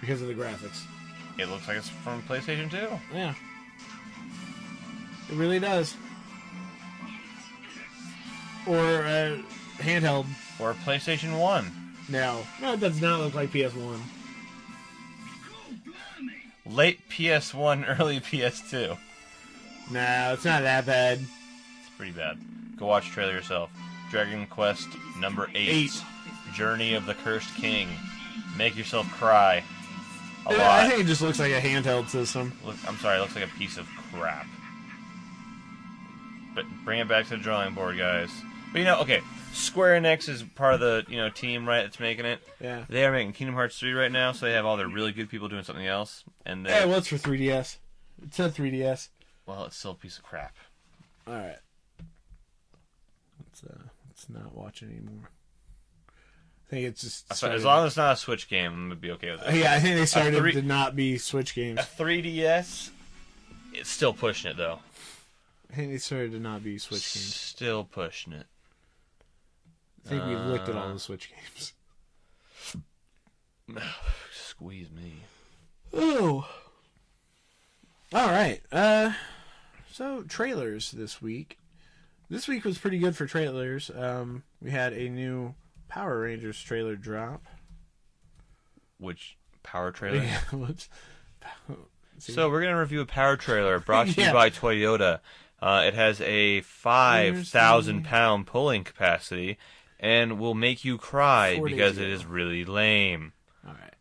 [SPEAKER 2] because of the graphics.
[SPEAKER 5] It looks like it's from PlayStation 2.
[SPEAKER 2] Yeah. It really does. Or uh, handheld.
[SPEAKER 5] Or PlayStation 1.
[SPEAKER 2] No, no, it does not look like PS1.
[SPEAKER 5] Late PS1, early PS2.
[SPEAKER 2] No, it's not that bad.
[SPEAKER 5] pretty bad. Go watch the trailer yourself. Dragon Quest number eight,
[SPEAKER 2] Eight.
[SPEAKER 5] Journey of the Cursed King. Make yourself cry. A
[SPEAKER 2] I
[SPEAKER 5] lot.
[SPEAKER 2] think it just looks like a handheld system.
[SPEAKER 5] Look, I'm sorry, it looks like a piece of crap. But bring it back to the drawing board, guys. But you know, okay, Square Enix is part of the you know team, right? That's making it.
[SPEAKER 2] Yeah.
[SPEAKER 5] They are making Kingdom Hearts three right now, so they have all their really good people doing something else, and they
[SPEAKER 2] Yeah, well, it's for 3DS. It said 3DS.
[SPEAKER 5] well, it's still a piece of crap.
[SPEAKER 2] All right. Let's uh, let's not watch it anymore. I think it's just
[SPEAKER 5] So as long as it's not a Switch game, I'm gonna be okay with it.
[SPEAKER 2] yeah, I think they started
[SPEAKER 5] three-
[SPEAKER 2] to not be Switch games.
[SPEAKER 5] a 3DS, it's still pushing it though.
[SPEAKER 2] I think they started to not be Switch games.
[SPEAKER 5] Still pushing it.
[SPEAKER 2] I think we've looked at all the Switch games.
[SPEAKER 5] Squeeze me.
[SPEAKER 2] Ooh. All right. Uh, so trailers this week. This week was pretty good for trailers. Um, we had a new Power Rangers trailer drop.
[SPEAKER 5] Which power trailer?
[SPEAKER 2] Whoops.
[SPEAKER 5] so we're gonna review a power trailer brought to
[SPEAKER 2] Yeah.
[SPEAKER 5] you by Toyota. Uh, it has a five thousand pound pulling capacity, and will make you cry
[SPEAKER 2] Four days
[SPEAKER 5] because it
[SPEAKER 2] ago.
[SPEAKER 5] is really lame.
[SPEAKER 2] All right.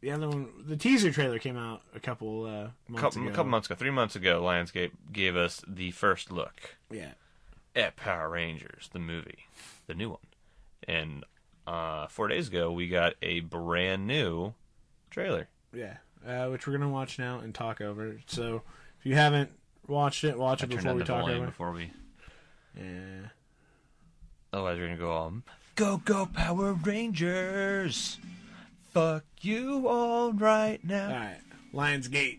[SPEAKER 2] The other one, the teaser trailer came out a couple uh,
[SPEAKER 5] A
[SPEAKER 2] months
[SPEAKER 5] couple,
[SPEAKER 2] ago.
[SPEAKER 5] a couple months ago, three months ago, Lionsgate gave us the first look,
[SPEAKER 2] Yeah.
[SPEAKER 5] at Power Rangers, the movie, the new one. And uh, four days ago, we got a brand new trailer.
[SPEAKER 2] Yeah, uh, which we're gonna watch now and talk over. So if you haven't watched it, watch
[SPEAKER 5] I
[SPEAKER 2] it
[SPEAKER 5] turned
[SPEAKER 2] before
[SPEAKER 5] on
[SPEAKER 2] we
[SPEAKER 5] the
[SPEAKER 2] talk
[SPEAKER 5] volume
[SPEAKER 2] over.
[SPEAKER 5] before we.
[SPEAKER 2] Yeah.
[SPEAKER 5] Otherwise, we're gonna go all go go Power Rangers. Fuck you all right now.
[SPEAKER 2] All right, Lionsgate.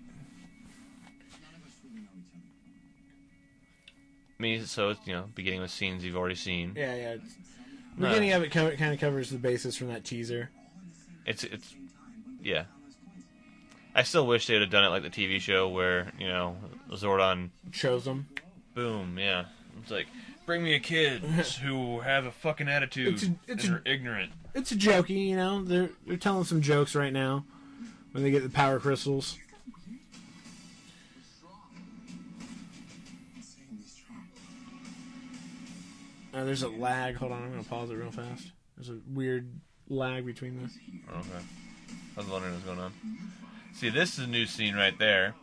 [SPEAKER 5] I mean, so it's you know beginning with scenes you've already seen.
[SPEAKER 2] Yeah, yeah. Beginning of it co- kind of covers the basis from that teaser.
[SPEAKER 5] It's it's yeah. I still wish they'd have done it like the TV show where you know Zordon,
[SPEAKER 2] Shows them.
[SPEAKER 5] boom, yeah. It's like bring me a kids who have a fucking attitude
[SPEAKER 2] It's a- it's
[SPEAKER 5] and
[SPEAKER 2] a-
[SPEAKER 5] are ignorant.
[SPEAKER 2] It's a jokey, you know. They're they're telling some jokes right now when they get the power crystals. Uh, there's a lag. Hold on, I'm gonna pause it real fast. There's a weird lag between this.
[SPEAKER 5] Okay, I was wondering what's going on. See, this is a new scene right there.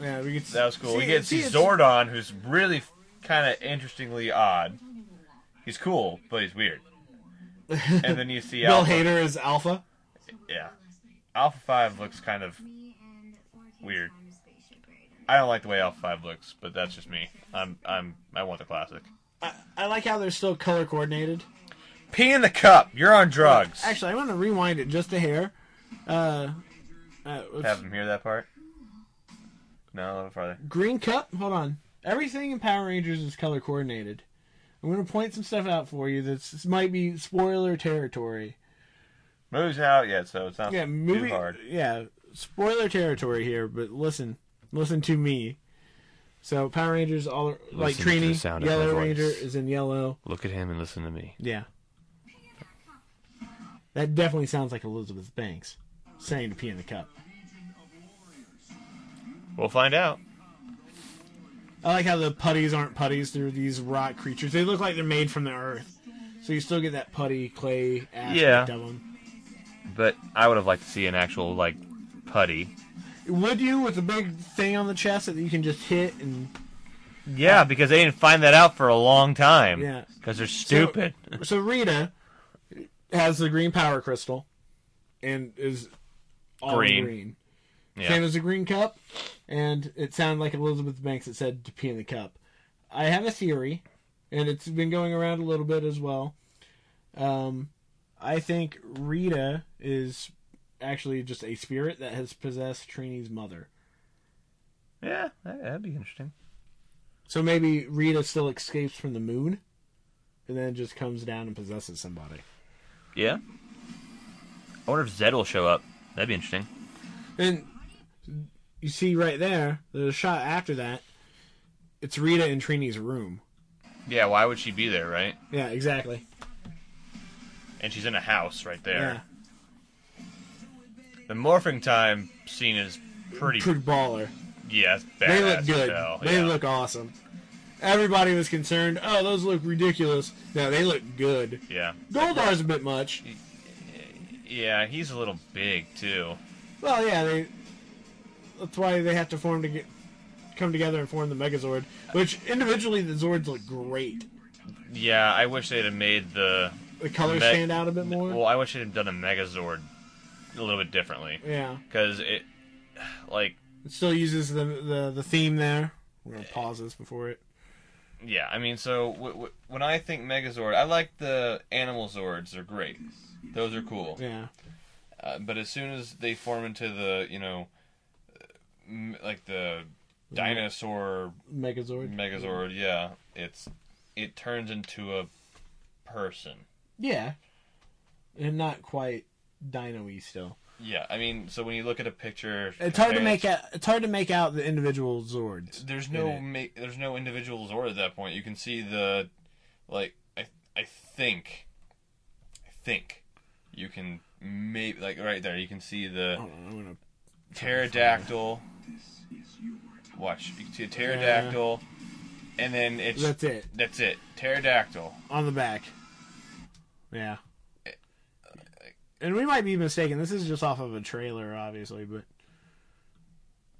[SPEAKER 2] Yeah, we get
[SPEAKER 5] That was cool. we get to see
[SPEAKER 2] it's-
[SPEAKER 5] Zordon, who's really kind of interestingly odd. He's cool, but he's weird. and then you see
[SPEAKER 2] Bill
[SPEAKER 5] Alpha.
[SPEAKER 2] Hader is Alpha.
[SPEAKER 5] Yeah, Alpha Five looks kind of.
[SPEAKER 7] Me and four kids
[SPEAKER 5] Weird.
[SPEAKER 7] found a spaceship buried under
[SPEAKER 5] I don't like the way Alpha Five looks, but that's just me. I'm I'm I want the classic.
[SPEAKER 2] I, I like how they're still color coordinated.
[SPEAKER 5] Pee in the cup. You're on drugs.
[SPEAKER 2] Actually, I want to rewind it just a hair. Uh, uh, what's-
[SPEAKER 5] have him hear that part. No, a little farther.
[SPEAKER 2] green cup. Hold on. Everything in Power Rangers is color coordinated. I'm going to point some stuff out for you that's this might be spoiler territory.
[SPEAKER 5] Moves out yet, so it's not
[SPEAKER 2] Yeah,
[SPEAKER 5] too
[SPEAKER 2] movie.
[SPEAKER 5] hard.
[SPEAKER 2] Yeah, spoiler territory here. But listen, listen to me. So Power Rangers all like
[SPEAKER 5] Listen to the
[SPEAKER 2] Trini,
[SPEAKER 5] sound of
[SPEAKER 2] Yellow
[SPEAKER 5] my voice.
[SPEAKER 2] Ranger is in yellow.
[SPEAKER 5] Look at him and listen to me.
[SPEAKER 2] Yeah. That definitely sounds like Elizabeth Banks saying to pee in the cup.
[SPEAKER 5] We'll find out.
[SPEAKER 2] I like how the putties aren't putties; they're these rock creatures. They look like they're made from the earth, so you still get that putty clay aspect
[SPEAKER 5] Yeah.
[SPEAKER 2] of them.
[SPEAKER 5] But I would have liked to see an actual like putty.
[SPEAKER 2] Would you with the big thing on the chest that you can just hit and
[SPEAKER 5] Yeah, because they didn't find that out for a long time.
[SPEAKER 2] Yeah.
[SPEAKER 5] because they're stupid.
[SPEAKER 2] So Rita has the green power crystal and is all
[SPEAKER 5] Green.
[SPEAKER 2] green.
[SPEAKER 5] yeah.
[SPEAKER 2] Same as the green cup, and it sounded like Elizabeth Banks that said to pee in the cup. I have a theory, and it's been going around a little bit as well. Um, I think Rita is actually just a spirit that has possessed Trini's mother.
[SPEAKER 5] yeah, that- that'd be interesting.
[SPEAKER 2] So maybe Rita still escapes from the moon, and then just comes down and possesses somebody.
[SPEAKER 5] Yeah. I wonder if Zed will show up. That'd be interesting.
[SPEAKER 2] And you see right there, the shot after that, it's Rita in Trini's room.
[SPEAKER 5] Yeah, why would she be there, right?
[SPEAKER 2] Yeah, exactly.
[SPEAKER 5] And she's in a house right
[SPEAKER 2] Yeah,
[SPEAKER 5] there. The morphing time scene is pretty.
[SPEAKER 2] pretty baller.
[SPEAKER 5] yeah, it's badass.
[SPEAKER 2] They look good.
[SPEAKER 5] as hell,
[SPEAKER 2] They
[SPEAKER 5] yeah.
[SPEAKER 2] look awesome. Everybody was concerned. Oh, those look ridiculous. No, they look good.
[SPEAKER 5] Yeah.
[SPEAKER 2] Goldar's a bit much.
[SPEAKER 5] Yeah, he's a little big too.
[SPEAKER 2] Well, yeah, they. That's why they have to form to get, come together and form the Megazord. Which individually the Zords look great.
[SPEAKER 5] Yeah, I wish they'd have made the.
[SPEAKER 2] The colors
[SPEAKER 5] Meg-
[SPEAKER 2] stand out a bit more.
[SPEAKER 5] Well, I wish they'd have done a Megazord a little bit differently
[SPEAKER 2] yeah,
[SPEAKER 5] because it, like,
[SPEAKER 2] it still uses the the, the theme there. We're gonna pause this before it.
[SPEAKER 5] Yeah, I mean, so w- w- when I think Megazord, I like the animal Zords. They're great; those are cool.
[SPEAKER 2] Yeah,
[SPEAKER 5] Uh, but as soon as they form into the, you know, uh, m- like the dinosaur
[SPEAKER 2] Megazord.
[SPEAKER 5] Megazord, yeah, it's it turns into a person.
[SPEAKER 2] yeah, and not quite Dino-y still.
[SPEAKER 5] Yeah, I mean, so when you look at a picture,
[SPEAKER 2] It's hard to
[SPEAKER 5] compare
[SPEAKER 2] make
[SPEAKER 5] it-
[SPEAKER 2] out. It's hard to make out the individual Zords.
[SPEAKER 5] There's no
[SPEAKER 2] it.
[SPEAKER 5] ma- there's no individual Zord at that point. You can see the, like I I think, I think, you can maybe like right there. You can see the
[SPEAKER 2] Hold on, I'm gonna.
[SPEAKER 5] pterodactyl. Watch, you can see a pterodactyl, and then it's
[SPEAKER 2] That's it
[SPEAKER 5] that's it. Pterodactyl.
[SPEAKER 2] on the back. Yeah. And we might be mistaken. This is just off of a trailer, obviously, but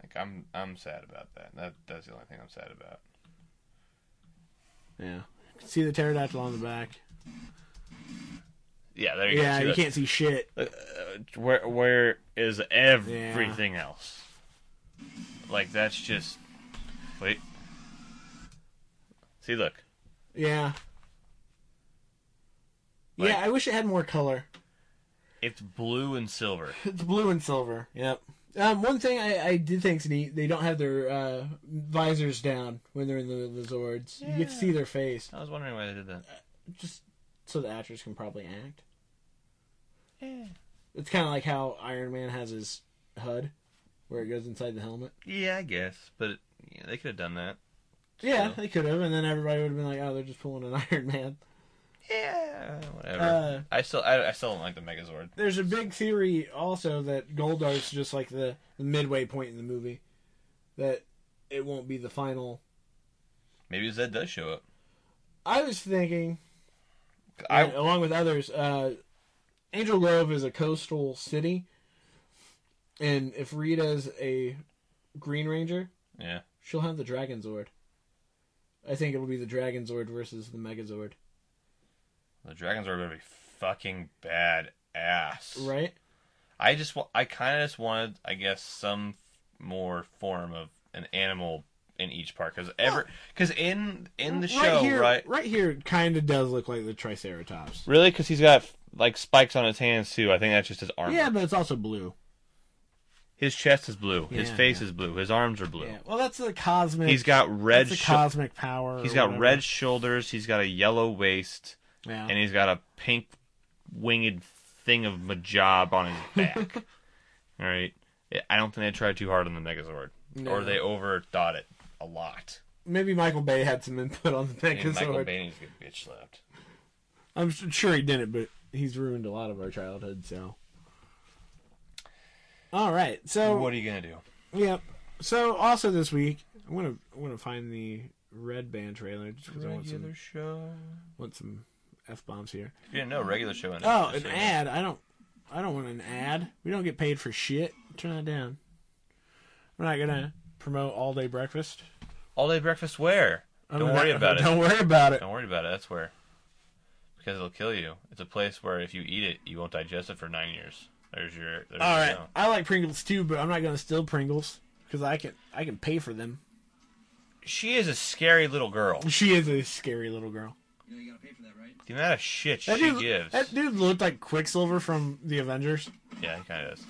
[SPEAKER 5] Like I'm I'm sad about that. That that's the only thing I'm sad about.
[SPEAKER 2] Yeah. See the pterodactyl on the back.
[SPEAKER 5] Yeah, there you
[SPEAKER 2] Yeah,
[SPEAKER 5] go.
[SPEAKER 2] you
[SPEAKER 5] See
[SPEAKER 2] can't see shit.
[SPEAKER 5] that? Uh, where where is everything else? Like that's just wait. See, look.
[SPEAKER 2] Yeah.
[SPEAKER 5] Like-
[SPEAKER 2] yeah, I wish it had more color.
[SPEAKER 5] It's blue and silver.
[SPEAKER 2] It's blue and silver. Yep. Um, one thing I, I did think's neat, they don't have their uh, visors down when they're in the, the Zords. You get to see their face,
[SPEAKER 5] I was wondering why they did that.
[SPEAKER 2] just so the actors can probably act. It's kind of like how Iron Man has his HUD, where it goes inside the helmet.
[SPEAKER 5] Yeah, I guess, but yeah, they could have done that.
[SPEAKER 2] Yeah,
[SPEAKER 5] Yeah.
[SPEAKER 2] they could have, and then everybody would have been like, "Oh, they're just pulling an Iron Man."
[SPEAKER 5] Yeah, whatever.
[SPEAKER 2] Uh,
[SPEAKER 5] I still, I, I still don't like the Megazord.
[SPEAKER 2] There's a big theory also that Goldar's just like the, the midway point in the movie, that it won't be the final.
[SPEAKER 5] Maybe Zed does show up.
[SPEAKER 2] I was thinking
[SPEAKER 5] I,
[SPEAKER 2] and along with others. Uh, Angel Grove is a coastal city, and if Rita's a Green Ranger,
[SPEAKER 5] yeah,
[SPEAKER 2] she'll have the Dragon Zord. I think it'll be the Dragon Zord versus the Megazord,
[SPEAKER 5] the Dragons are gonna be fucking bad ass.
[SPEAKER 2] right?
[SPEAKER 5] I just, wa- I kind of just wanted, I guess, some f- more form of an animal in each part because ever, because in in the show,
[SPEAKER 2] right here,
[SPEAKER 5] right?
[SPEAKER 2] here, kind of does look like the Triceratops.
[SPEAKER 5] Really, because he's got like spikes on his hands too. I think that's just his armor.
[SPEAKER 2] Yeah, but it's also blue.
[SPEAKER 5] his chest is blue. His
[SPEAKER 2] Yeah,
[SPEAKER 5] face
[SPEAKER 2] yeah.
[SPEAKER 5] is blue. His arms are blue.
[SPEAKER 2] Yeah, well, that's the cosmic.
[SPEAKER 5] He's got red.
[SPEAKER 2] that's the
[SPEAKER 5] sho-
[SPEAKER 2] cosmic power.
[SPEAKER 5] he's
[SPEAKER 2] or
[SPEAKER 5] got
[SPEAKER 2] whatever.
[SPEAKER 5] red shoulders. He's got a yellow waist.
[SPEAKER 2] Yeah.
[SPEAKER 5] and he's got a pink winged thing of majob on his back. All right. I don't think they tried too hard on the Megazord,
[SPEAKER 2] No.
[SPEAKER 5] or they overthought it a lot.
[SPEAKER 2] Maybe Michael Bay had some input on the
[SPEAKER 5] I mean, Michael
[SPEAKER 2] Megazord.
[SPEAKER 5] Bay needs to get bitch slapped.
[SPEAKER 2] I'm s- sure he didn't, but he's ruined a lot of our childhood. So, all right. So,
[SPEAKER 5] What are you gonna do?
[SPEAKER 2] yep. So, also this week, I'm gonna I'm gonna find the Red Band trailer just because I want some
[SPEAKER 5] show.
[SPEAKER 2] want some f bombs here.
[SPEAKER 5] If you didn't know, regular show. ended
[SPEAKER 2] Oh,
[SPEAKER 5] just
[SPEAKER 2] an
[SPEAKER 5] right now.
[SPEAKER 2] ad. I don't I don't want an ad. We don't get paid for shit. Turn that down. We're not gonna promote all day breakfast.
[SPEAKER 5] All day breakfast. Where?
[SPEAKER 2] I'm
[SPEAKER 5] don't
[SPEAKER 2] not-
[SPEAKER 5] worry about
[SPEAKER 2] Oh, Don't
[SPEAKER 5] it.
[SPEAKER 2] worry about it.
[SPEAKER 5] Don't worry about it. That's where. Because it'll kill you. It's a place where if you eat it, you won't digest it for nine years. There's your. There's
[SPEAKER 2] All
[SPEAKER 5] your
[SPEAKER 2] right.
[SPEAKER 5] show.
[SPEAKER 2] I like Pringles too, but I'm not gonna steal Pringles because I can I can pay for them.
[SPEAKER 5] She is a scary little girl.
[SPEAKER 2] She is a scary little girl.
[SPEAKER 1] You know you gotta pay for that, right?
[SPEAKER 5] The amount of shit
[SPEAKER 2] That
[SPEAKER 5] she
[SPEAKER 2] dude,
[SPEAKER 5] gives.
[SPEAKER 2] That dude looked like Quicksilver from the Avengers.
[SPEAKER 5] Yeah, he kind of does.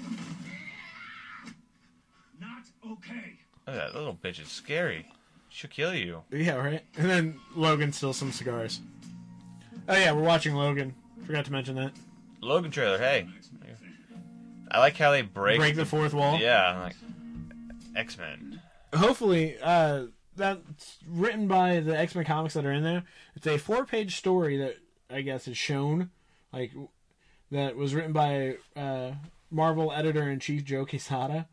[SPEAKER 6] Not okay.
[SPEAKER 5] Look at that little bitch. It's scary. She'll kill you.
[SPEAKER 2] Yeah, right. And then Logan steals some cigars. Oh yeah, we're watching Logan. Forgot to mention that.
[SPEAKER 5] Logan trailer. Hey, I like how they break.
[SPEAKER 2] Break, the fourth wall.
[SPEAKER 5] Yeah, I'm like X Men.
[SPEAKER 2] Hopefully, uh, that's written by the X Men comics that are in there. It's a four page story that I guess is shown, like that was written by uh, Marvel editor in chief Joe Quesada,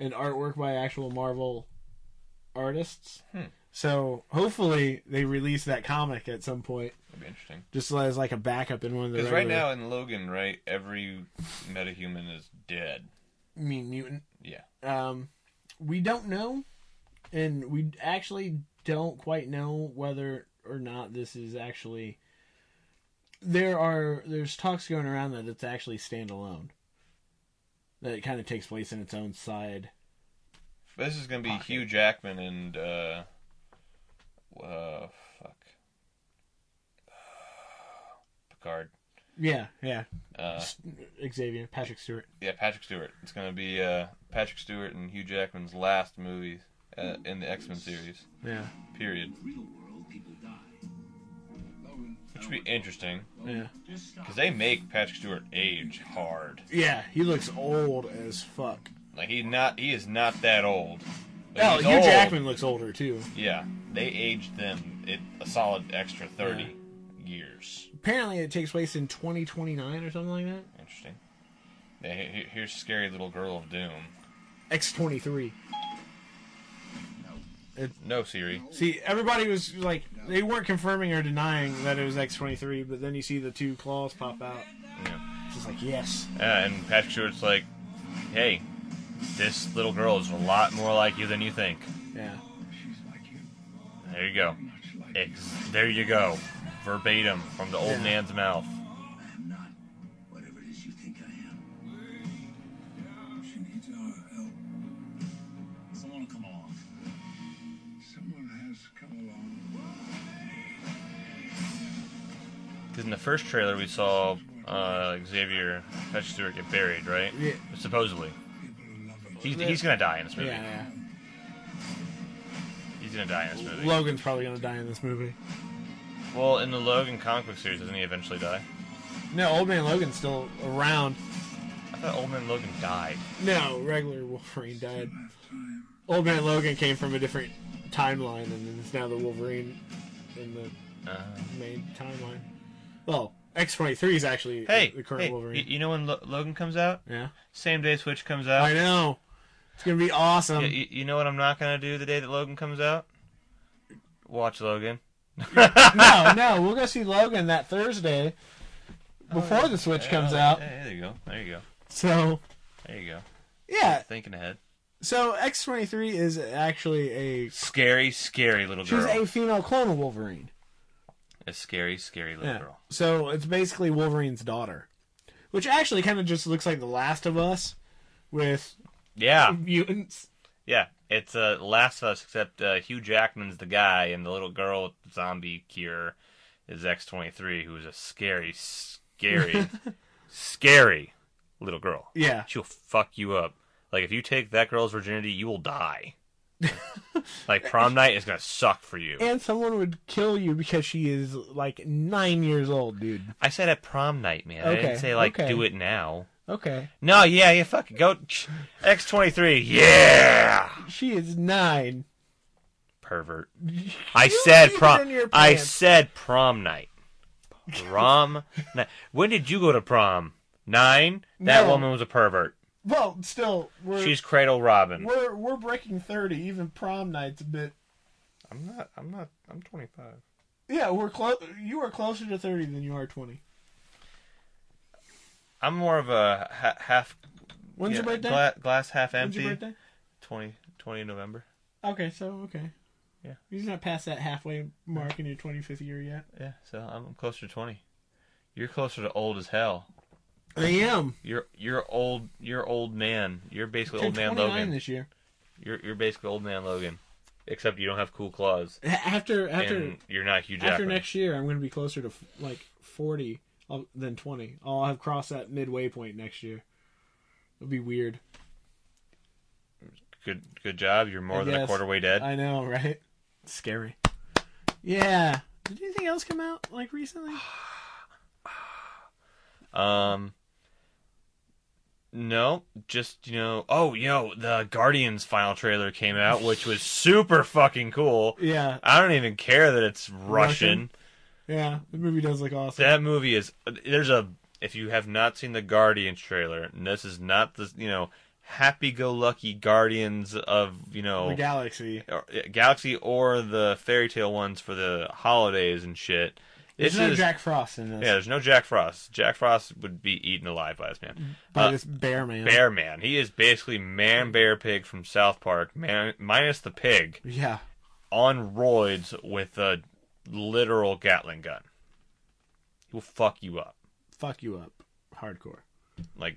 [SPEAKER 2] and artwork by actual Marvel artists.
[SPEAKER 5] Hmm.
[SPEAKER 2] So hopefully they release that comic at some point,
[SPEAKER 5] It'd be interesting.
[SPEAKER 2] just as like a backup in one of the.
[SPEAKER 5] Because right
[SPEAKER 2] regular-
[SPEAKER 5] now in Logan, right, every metahuman is dead.
[SPEAKER 2] I mean mutant.
[SPEAKER 5] Yeah.
[SPEAKER 2] um, we don't know, and we actually don't quite know whether or not this is actually. There are there's talks going around that it's actually standalone. That it kind of takes place in its own side.
[SPEAKER 5] But this is gonna be
[SPEAKER 2] Pocket.
[SPEAKER 5] Hugh Jackman and uh, uh, fuck, Picard.
[SPEAKER 2] Yeah, yeah.
[SPEAKER 5] Uh,
[SPEAKER 2] Xavier, Patrick Stewart.
[SPEAKER 5] yeah, Patrick Stewart. It's gonna be uh, Patrick Stewart and Hugh Jackman's last movie uh, in the X Men series.
[SPEAKER 2] Yeah,
[SPEAKER 5] Period.
[SPEAKER 6] Real world people die.
[SPEAKER 5] Which would be interesting
[SPEAKER 2] yeah,
[SPEAKER 6] Just stop.
[SPEAKER 5] because they make Patrick Stewart age hard.
[SPEAKER 2] yeah. He looks old as fuck.
[SPEAKER 5] Like he not he is not that old. Like,
[SPEAKER 2] Oh,
[SPEAKER 5] he's
[SPEAKER 2] Hugh
[SPEAKER 5] old.
[SPEAKER 2] Jackman looks older too.
[SPEAKER 5] Yeah, they aged them it, a solid extra thirty years.
[SPEAKER 2] Apparently, it takes place in 2029 or something like that.
[SPEAKER 5] Interesting. Yeah, he- he- here's scary little girl of doom.
[SPEAKER 2] X23.
[SPEAKER 5] No Siri.
[SPEAKER 2] See, everybody was like, they weren't confirming or denying that it was X twenty three, but then you see the two claws pop out.
[SPEAKER 5] Yeah.
[SPEAKER 2] It's just like, yes,
[SPEAKER 5] Uh, and Patrick Stewart's like, hey, this little girl is a lot more like you than you think.
[SPEAKER 2] yeah.
[SPEAKER 6] She's like you.
[SPEAKER 5] There you go.
[SPEAKER 6] Much like
[SPEAKER 5] Ex- there you go, verbatim from the old
[SPEAKER 2] Yeah.
[SPEAKER 5] man's mouth.
[SPEAKER 6] I am not whatever it is you think I am. She needs our help. Someone will come along. Someone has come along.
[SPEAKER 5] Because in the first trailer we saw uh, Xavier Patrick Stewart get buried, right?
[SPEAKER 2] Yeah.
[SPEAKER 5] Supposedly,
[SPEAKER 6] People who love us.
[SPEAKER 5] he's, he's gonna die in this movie.
[SPEAKER 2] Yeah,
[SPEAKER 5] He's gonna die in this
[SPEAKER 2] yeah.
[SPEAKER 5] movie.
[SPEAKER 2] Logan's probably gonna die in this movie.
[SPEAKER 5] well, in the Logan comic book series, doesn't he eventually die?
[SPEAKER 2] No, Old Man Logan's still around.
[SPEAKER 5] I thought Old Man Logan died.
[SPEAKER 2] No, regular Wolverine died.
[SPEAKER 6] Last time.
[SPEAKER 2] Old Man Logan came from a different timeline, and it's now the Wolverine in the
[SPEAKER 5] Uh,
[SPEAKER 2] main timeline. Well, X twenty three is actually
[SPEAKER 5] hey,
[SPEAKER 2] the current
[SPEAKER 5] hey,
[SPEAKER 2] Wolverine.
[SPEAKER 5] y- you know when Lo- Logan comes out?
[SPEAKER 2] yeah,
[SPEAKER 5] Same day Switch comes
[SPEAKER 2] I
[SPEAKER 5] out.
[SPEAKER 2] know. It's gonna be awesome.
[SPEAKER 5] Y- y- you know what I'm not gonna do the day that Logan comes out? Watch Logan.
[SPEAKER 2] no, no, we'll go see Logan that Thursday before the Switch comes out.
[SPEAKER 5] Oh, Yeah, yeah, there you go. There you go.
[SPEAKER 2] So
[SPEAKER 5] There you go.
[SPEAKER 2] yeah,
[SPEAKER 5] Thinking ahead.
[SPEAKER 2] so X twenty three is actually a
[SPEAKER 5] Scary, scary little
[SPEAKER 2] she's
[SPEAKER 5] girl.
[SPEAKER 2] a female clone of Wolverine.
[SPEAKER 5] A scary, scary little
[SPEAKER 2] Yeah.
[SPEAKER 5] girl.
[SPEAKER 2] So it's basically Wolverine's daughter, which actually kind of just looks like The Last of Us with
[SPEAKER 5] Yeah,
[SPEAKER 2] mutants.
[SPEAKER 5] yeah. It's uh, Last of Us, except uh, Hugh Jackman's the guy, and the little girl with the zombie cure is X twenty three, who is a scary, scary, scary little girl.
[SPEAKER 2] Yeah,
[SPEAKER 5] She'll fuck you up. Like if you take that girl's virginity, you will die. like prom night is gonna suck for you.
[SPEAKER 2] and someone would kill you because she is like nine years old, dude.
[SPEAKER 5] I said at prom night, man. I
[SPEAKER 2] Okay,
[SPEAKER 5] didn't say like
[SPEAKER 2] okay.
[SPEAKER 5] do it now.
[SPEAKER 2] Okay,
[SPEAKER 5] No, yeah, yeah, fuck it. Go X twenty three. Yeah,
[SPEAKER 2] she is nine.
[SPEAKER 5] pervert. I said
[SPEAKER 2] leave it in your
[SPEAKER 5] prom. I
[SPEAKER 2] pants.
[SPEAKER 5] said prom night. Prom night. When did you go to prom? Nine. That
[SPEAKER 2] No.
[SPEAKER 5] woman was a pervert.
[SPEAKER 2] Well, still, we're
[SPEAKER 5] She's Cradle Robin.
[SPEAKER 2] we're we're breaking thirty. Even prom night's a bit.
[SPEAKER 5] I'm not. I'm not. I'm twenty five.
[SPEAKER 2] Yeah, we're close. You are closer to thirty than you are twenty.
[SPEAKER 5] I'm more of a ha- half.
[SPEAKER 2] When's your
[SPEAKER 5] yeah,
[SPEAKER 2] birthday?
[SPEAKER 5] gla- glass half
[SPEAKER 2] When's
[SPEAKER 5] empty.
[SPEAKER 2] your birthday?
[SPEAKER 5] 20, 20 November.
[SPEAKER 2] Okay, so okay.
[SPEAKER 5] Yeah.
[SPEAKER 2] You're not past that halfway mark in your twenty fifth year yet.
[SPEAKER 5] Yeah, so I'm closer to twenty. You're closer to old as hell.
[SPEAKER 2] I am.
[SPEAKER 5] You're you're old. You're old man. You're basically
[SPEAKER 2] Turned
[SPEAKER 5] old man
[SPEAKER 2] 29
[SPEAKER 5] Logan.
[SPEAKER 2] this year.
[SPEAKER 5] You're you're basically old man Logan, except you don't have cool claws
[SPEAKER 2] A- After after
[SPEAKER 5] and you're not Hugh Jackman.
[SPEAKER 2] after next year, I'm going to be closer to f- like forty I'll- than twenty. I'll have crossed that midway point next year. It'll be weird.
[SPEAKER 5] Good good job. You're more
[SPEAKER 2] I
[SPEAKER 5] than a
[SPEAKER 2] guess.
[SPEAKER 5] quarter way dead.
[SPEAKER 2] I know, right? Scary. Yeah. Did anything else come out like recently?
[SPEAKER 5] Um. No, just you know. Oh, you know, the Guardians final trailer came out, which was super fucking cool.
[SPEAKER 2] Yeah,
[SPEAKER 5] I don't even care that it's Russian.
[SPEAKER 2] Russian? yeah. The movie does look awesome.
[SPEAKER 5] That movie is there's a if you have not seen the Guardians trailer, and this is not the you know happy-go-lucky Guardians of you
[SPEAKER 2] The
[SPEAKER 5] know
[SPEAKER 2] galaxy.
[SPEAKER 5] or- uh, Galaxy or the fairy tale ones for the holidays and shit.
[SPEAKER 2] There's
[SPEAKER 5] This
[SPEAKER 2] no
[SPEAKER 5] is-
[SPEAKER 2] Jack Frost in this.
[SPEAKER 5] yeah, there's no Jack Frost. Jack Frost would be eaten alive by this man.
[SPEAKER 2] by
[SPEAKER 5] Uh,
[SPEAKER 2] this bear man.
[SPEAKER 5] Bear man, he is basically man bear pig from South Park, man minus the pig
[SPEAKER 2] Yeah.
[SPEAKER 5] on roids with a literal Gatling gun. He will fuck you up.
[SPEAKER 2] Fuck you up. Hardcore.
[SPEAKER 5] like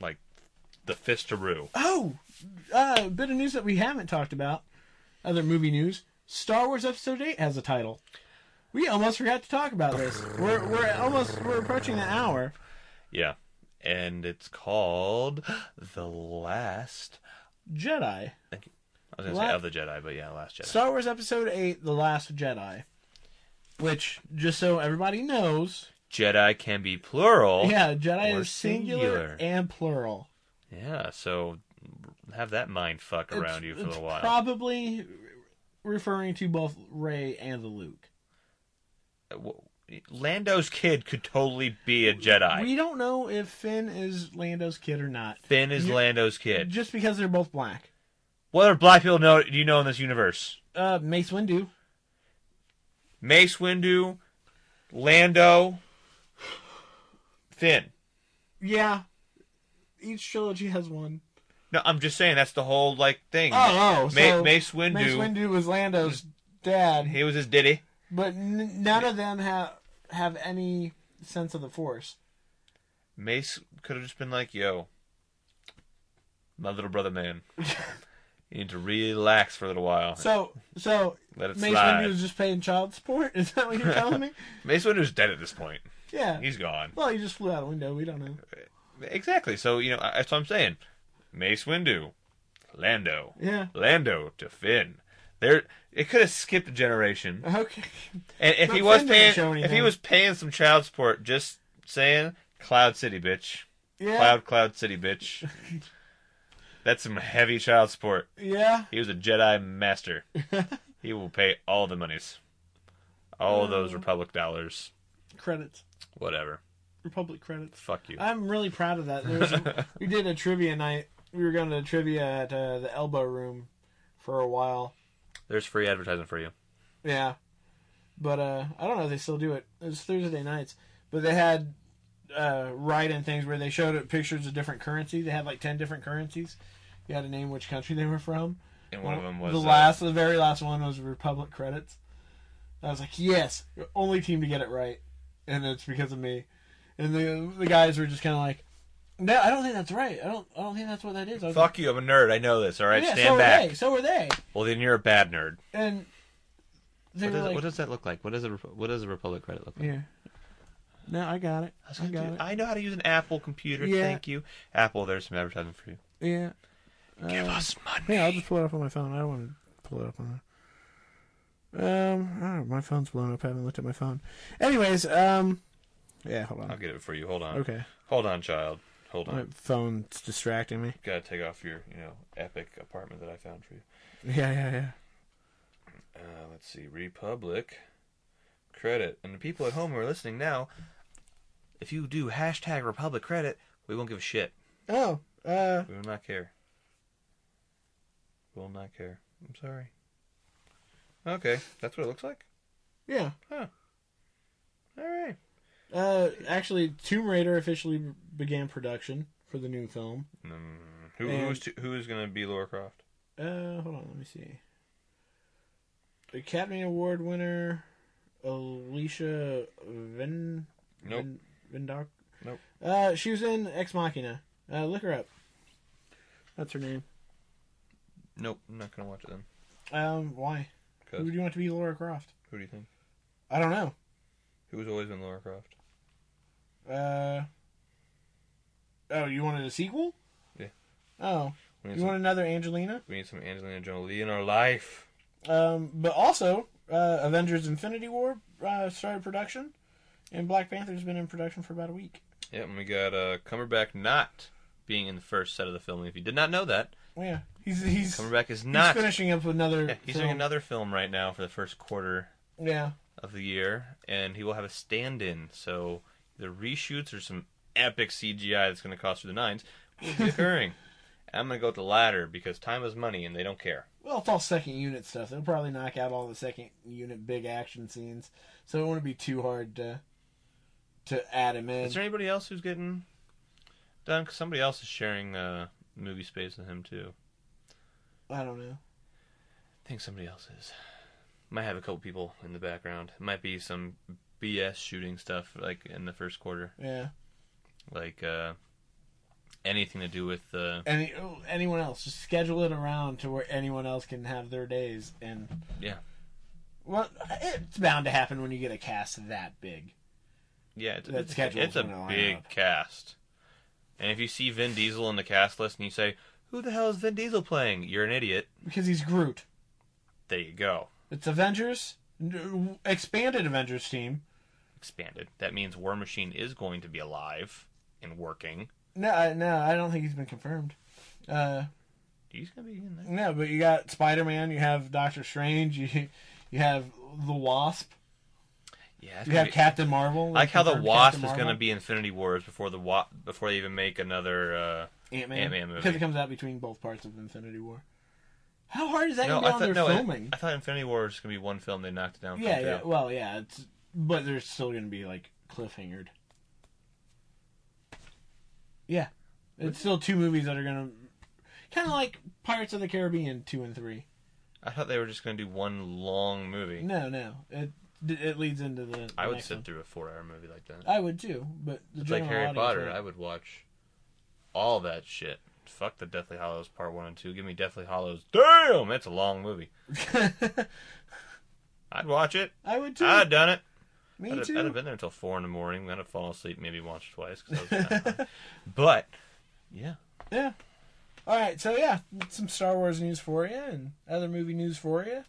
[SPEAKER 5] like the fistaroo.
[SPEAKER 2] Oh, uh, a bit of news that we haven't talked about. Other movie news: Star Wars Episode Eight has a title. We almost forgot to talk about this. We're we're almost we're approaching an hour.
[SPEAKER 5] Yeah. And it's called The Last
[SPEAKER 2] Jedi.
[SPEAKER 5] Thank you. I was gonna
[SPEAKER 2] What?
[SPEAKER 5] say of the Jedi, but yeah, Last Jedi.
[SPEAKER 2] Star Wars Episode Eight: The Last Jedi. Which, just so everybody knows,
[SPEAKER 5] Jedi can be plural.
[SPEAKER 2] yeah, Jedi
[SPEAKER 5] Or
[SPEAKER 2] is singular,
[SPEAKER 5] singular.
[SPEAKER 2] and plural.
[SPEAKER 5] Yeah, so have that mind fuck
[SPEAKER 2] It's-
[SPEAKER 5] around you for a
[SPEAKER 2] it's
[SPEAKER 5] little while.
[SPEAKER 2] Probably re- referring to both Ray and the Luke.
[SPEAKER 5] Uh, W- Lando's kid could totally be a Jedi.
[SPEAKER 2] We don't know if Finn is Lando's kid or not,
[SPEAKER 5] Finn is
[SPEAKER 2] You-
[SPEAKER 5] Lando's kid.
[SPEAKER 2] just because they're both black.
[SPEAKER 5] What other black people know do you know in this universe?
[SPEAKER 2] Uh, Mace Windu.
[SPEAKER 5] Mace Windu, Lando, Finn.
[SPEAKER 2] Yeah. Each trilogy has one.
[SPEAKER 5] No, I'm just saying that's the whole like thing.
[SPEAKER 2] Oh, oh,
[SPEAKER 5] Ma-
[SPEAKER 2] so
[SPEAKER 5] Mace Windu.
[SPEAKER 2] Mace Windu was Lando's dad,
[SPEAKER 5] He was his ditty.
[SPEAKER 2] but n- none of them have have any sense of the Force.
[SPEAKER 5] Mace could have just been like, "Yo, my little brother, man, you need to relax for a little while.
[SPEAKER 2] So, so
[SPEAKER 5] Let it
[SPEAKER 2] Mace
[SPEAKER 5] slide."
[SPEAKER 2] Windu is just paying child support. Is that what you're telling me?
[SPEAKER 5] Mace Windu's dead at this point.
[SPEAKER 2] Yeah.
[SPEAKER 5] He's gone.
[SPEAKER 2] well, he just flew out a window. We don't know.
[SPEAKER 5] Exactly. So you know I- that's what I'm saying. Mace Windu, Lando,
[SPEAKER 2] Yeah.
[SPEAKER 5] Lando to Finn. There, it could have skipped a generation.
[SPEAKER 2] Okay.
[SPEAKER 5] And if
[SPEAKER 2] But
[SPEAKER 5] he was
[SPEAKER 2] Finn didn't show
[SPEAKER 5] paying, if he
[SPEAKER 2] anything.
[SPEAKER 5] was paying some child support, just saying, Cloud City, bitch.
[SPEAKER 2] Yeah.
[SPEAKER 5] Cloud, Cloud City, bitch. That's some heavy child support.
[SPEAKER 2] Yeah.
[SPEAKER 5] He was a Jedi master. he will pay all the monies, all of
[SPEAKER 2] Oh.
[SPEAKER 5] those Republic dollars,
[SPEAKER 2] Credits.
[SPEAKER 5] whatever.
[SPEAKER 2] Republic credits.
[SPEAKER 5] Fuck you.
[SPEAKER 2] I'm really proud of that. There was a- we did a trivia night. We were going to trivia at uh, the Elbow Room for a while.
[SPEAKER 5] There's free advertising for you.
[SPEAKER 2] Yeah. But uh, I don't know if they still do it. It was Thursday nights. But they had uh, write in things where they showed it pictures of different currencies. They had like 10 different currencies. You had to name which country they were from.
[SPEAKER 5] And one of them was
[SPEAKER 2] the
[SPEAKER 5] uh,
[SPEAKER 2] last, the very last one was Republic credits. I was like, yes, only team to get it right, and it's because of me. And the the guys were just kind of like, no, I don't think that's right. I don't, I don't think that's what that is. I was
[SPEAKER 5] Fuck you. I'm a nerd. I know this. All right,
[SPEAKER 2] like, yeah,
[SPEAKER 5] stand
[SPEAKER 2] so
[SPEAKER 5] back.
[SPEAKER 2] Were they, so were they,
[SPEAKER 5] Well, then you're a bad nerd.
[SPEAKER 2] and they
[SPEAKER 5] What
[SPEAKER 2] were
[SPEAKER 5] does,
[SPEAKER 2] like,
[SPEAKER 5] what does that look like? What does a Rep- what does a Republic credit look like?
[SPEAKER 2] yeah. No, I got it.
[SPEAKER 5] I, was
[SPEAKER 2] I
[SPEAKER 5] gonna
[SPEAKER 2] got
[SPEAKER 5] do-
[SPEAKER 2] it.
[SPEAKER 5] I know how to use an Apple computer.
[SPEAKER 2] Yeah.
[SPEAKER 5] Thank you, Apple. There's some advertising for you.
[SPEAKER 2] Yeah. Um,
[SPEAKER 5] Give us money.
[SPEAKER 2] Yeah, I'll just pull it up on my phone. I don't want to pull it up on there. Um, I don't know, my phone's blown up. I haven't looked at my phone. Anyways, um, yeah, hold
[SPEAKER 5] I'll
[SPEAKER 2] on.
[SPEAKER 5] get it for you. Hold on.
[SPEAKER 2] Okay,
[SPEAKER 5] Hold on, child. Hold on.
[SPEAKER 2] my phone's distracting me.
[SPEAKER 5] Gotta take off your, you know, epic apartment that I found for you.
[SPEAKER 2] Yeah, yeah, yeah.
[SPEAKER 5] Uh, let's see, Republic credit, and the people at home who are listening now, if you do hashtag Republic credit, we won't give a shit.
[SPEAKER 2] Oh, uh,
[SPEAKER 5] We will not care. We will not care. I'm sorry. Okay, that's what it looks like.
[SPEAKER 2] yeah.
[SPEAKER 5] All right.
[SPEAKER 2] Uh, actually, Tomb Raider officially began production for the new film.
[SPEAKER 5] Mm, who
[SPEAKER 2] And-
[SPEAKER 5] who's to, who is gonna be Laura Croft?
[SPEAKER 2] Uh, hold on, let me see. Academy Award winner Alicia Vin
[SPEAKER 5] Nope.
[SPEAKER 2] Vin, Vindoc.
[SPEAKER 5] Nope.
[SPEAKER 2] Uh, she was in Ex Machina. Uh, look her up. That's her name.
[SPEAKER 5] Nope. I'm not gonna watch it then.
[SPEAKER 2] Um, why?
[SPEAKER 5] 'Cause-
[SPEAKER 2] Who do you want to be Laura Croft?
[SPEAKER 5] who do you think?
[SPEAKER 2] I don't know.
[SPEAKER 5] Who's always been Laura Croft?
[SPEAKER 2] Uh. Oh, you wanted a sequel?
[SPEAKER 5] Yeah.
[SPEAKER 2] Oh,
[SPEAKER 5] We need,
[SPEAKER 2] you
[SPEAKER 5] some,
[SPEAKER 2] want another Angelina?
[SPEAKER 5] we need some Angelina Jolie in our life.
[SPEAKER 2] Um, but also, uh, Avengers: Infinity War uh, started production, and Black Panther's been in production for about a week.
[SPEAKER 5] Yeah, and we got uh, Cumberbatch not being in the first set of the film. If you did not know that,
[SPEAKER 2] Yeah, he's he's, he's
[SPEAKER 5] Cumberbatch is not.
[SPEAKER 2] finishing up another.
[SPEAKER 5] Yeah, he's
[SPEAKER 2] film.
[SPEAKER 5] doing another film right now for the first quarter
[SPEAKER 2] Yeah,
[SPEAKER 5] of the year, and he will have a stand-in. So the reshoots or some epic CGI that's going to cost you the nines will be occurring. I'm going to go with the latter because time is money, and they don't care.
[SPEAKER 2] well, it's all second unit stuff. They'll probably knock out all the second unit big action scenes, so it won't be too hard to to add him in.
[SPEAKER 5] Is there anybody else who's getting done? 'Cause somebody else is sharing uh, movie space with him too.
[SPEAKER 2] I don't know.
[SPEAKER 5] I think somebody else is. Might have a couple people in the background. Might be some BS shooting stuff like in the first quarter,
[SPEAKER 2] Yeah,
[SPEAKER 5] like uh, anything to do with uh,
[SPEAKER 2] any oh, anyone else, just schedule it around to where anyone else can have their days, and
[SPEAKER 5] Yeah.
[SPEAKER 2] Well, it's bound to happen when you get a cast that big.
[SPEAKER 5] Yeah, it's,
[SPEAKER 2] that
[SPEAKER 5] it's,
[SPEAKER 2] schedule's
[SPEAKER 5] it's a
[SPEAKER 2] gonna line
[SPEAKER 5] big
[SPEAKER 2] up.
[SPEAKER 5] cast. And if you see Vin Diesel in the cast list and you say, "Who the hell is Vin Diesel playing?" You're an idiot.
[SPEAKER 2] Because he's Groot.
[SPEAKER 5] There you go.
[SPEAKER 2] It's Avengers, n- expanded Avengers team.
[SPEAKER 5] Expanded. That means War Machine is going to be alive and working.
[SPEAKER 2] No, I- no, I don't think he's been confirmed. Uh,
[SPEAKER 5] He's gonna be in there.
[SPEAKER 2] no, but you got Spider Man, you have Doctor Strange, you you have the Wasp,
[SPEAKER 5] Yeah. it's
[SPEAKER 2] you
[SPEAKER 5] gonna
[SPEAKER 2] have
[SPEAKER 5] be-
[SPEAKER 2] Captain Marvel.
[SPEAKER 5] I like how the
[SPEAKER 2] confirmed
[SPEAKER 5] Wasp
[SPEAKER 2] Captain
[SPEAKER 5] is gonna
[SPEAKER 2] Marvel.
[SPEAKER 5] be Infinity Wars before the wa- before they even make another. Uh,
[SPEAKER 2] Ant-Man,
[SPEAKER 5] Ant-Man movie.
[SPEAKER 2] because it comes out between both parts of Infinity War. How hard is that
[SPEAKER 5] no,
[SPEAKER 2] even on
[SPEAKER 5] I thought
[SPEAKER 2] their
[SPEAKER 5] no, I-
[SPEAKER 2] filming?
[SPEAKER 5] I, thought Infinity War was gonna be one film. They knocked it down.
[SPEAKER 2] yeah,
[SPEAKER 5] from two.
[SPEAKER 2] yeah. Well, yeah. It's but they're still gonna be like cliffhangered. Yeah, it's still two movies that are gonna kind of like Pirates of the Caribbean two and three.
[SPEAKER 5] I thought they were just going to do one long movie.
[SPEAKER 2] No, no. It it leads into the. the
[SPEAKER 5] I would
[SPEAKER 2] next
[SPEAKER 5] sit
[SPEAKER 2] one.
[SPEAKER 5] through a four-hour movie like that.
[SPEAKER 2] I would too, but the
[SPEAKER 5] it's like
[SPEAKER 2] general
[SPEAKER 5] Harry
[SPEAKER 2] audience
[SPEAKER 5] Potter.
[SPEAKER 2] won't.
[SPEAKER 5] I would watch all that shit. Fuck the Deathly Hollows Part One and Two. Give me Deathly Hollows. Damn, that's a long movie. I'd watch it.
[SPEAKER 2] I would too.
[SPEAKER 5] I'd done it.
[SPEAKER 2] Me
[SPEAKER 5] I'd have,
[SPEAKER 2] too.
[SPEAKER 5] I'd have been there until four in the morning. I'd have fallen asleep, maybe watched twice. 'cause I was kinda high. but yeah,
[SPEAKER 2] Yeah. All right, so yeah, some Star Wars news for you and other movie news for you.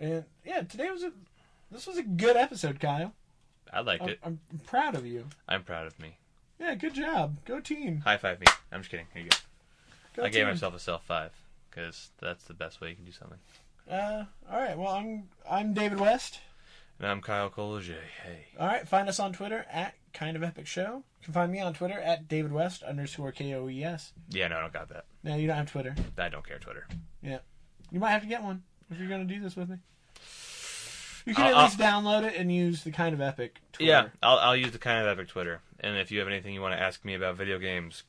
[SPEAKER 2] And yeah, today was a this was a good episode, Kyle.
[SPEAKER 5] I liked
[SPEAKER 2] I'm,
[SPEAKER 5] it.
[SPEAKER 2] I'm proud of you.
[SPEAKER 5] I'm proud of me.
[SPEAKER 2] Yeah, good job. Go team.
[SPEAKER 5] High five me. I'm just kidding. Here you go.
[SPEAKER 2] Go
[SPEAKER 5] I gave
[SPEAKER 2] team.
[SPEAKER 5] myself a self five because that's the best way you can do something.
[SPEAKER 2] Uh, all right. Well, I'm I'm David West.
[SPEAKER 5] And I'm Kyle Collier. Hey.
[SPEAKER 2] All right. Find us on Twitter at Kind of Epic Show. You can find me on Twitter at David West underscore K O E S.
[SPEAKER 5] Yeah, no, I don't got that.
[SPEAKER 2] No, you don't have Twitter.
[SPEAKER 5] I don't care, Twitter.
[SPEAKER 2] Yeah. You might have to get one if you're going to do this with me. You can
[SPEAKER 5] I'll-
[SPEAKER 2] at least download it and use the kind of epic. Twitter.
[SPEAKER 5] Yeah, I'll, I'll use the kind of epic Twitter. And if you have anything you want to ask me about video games,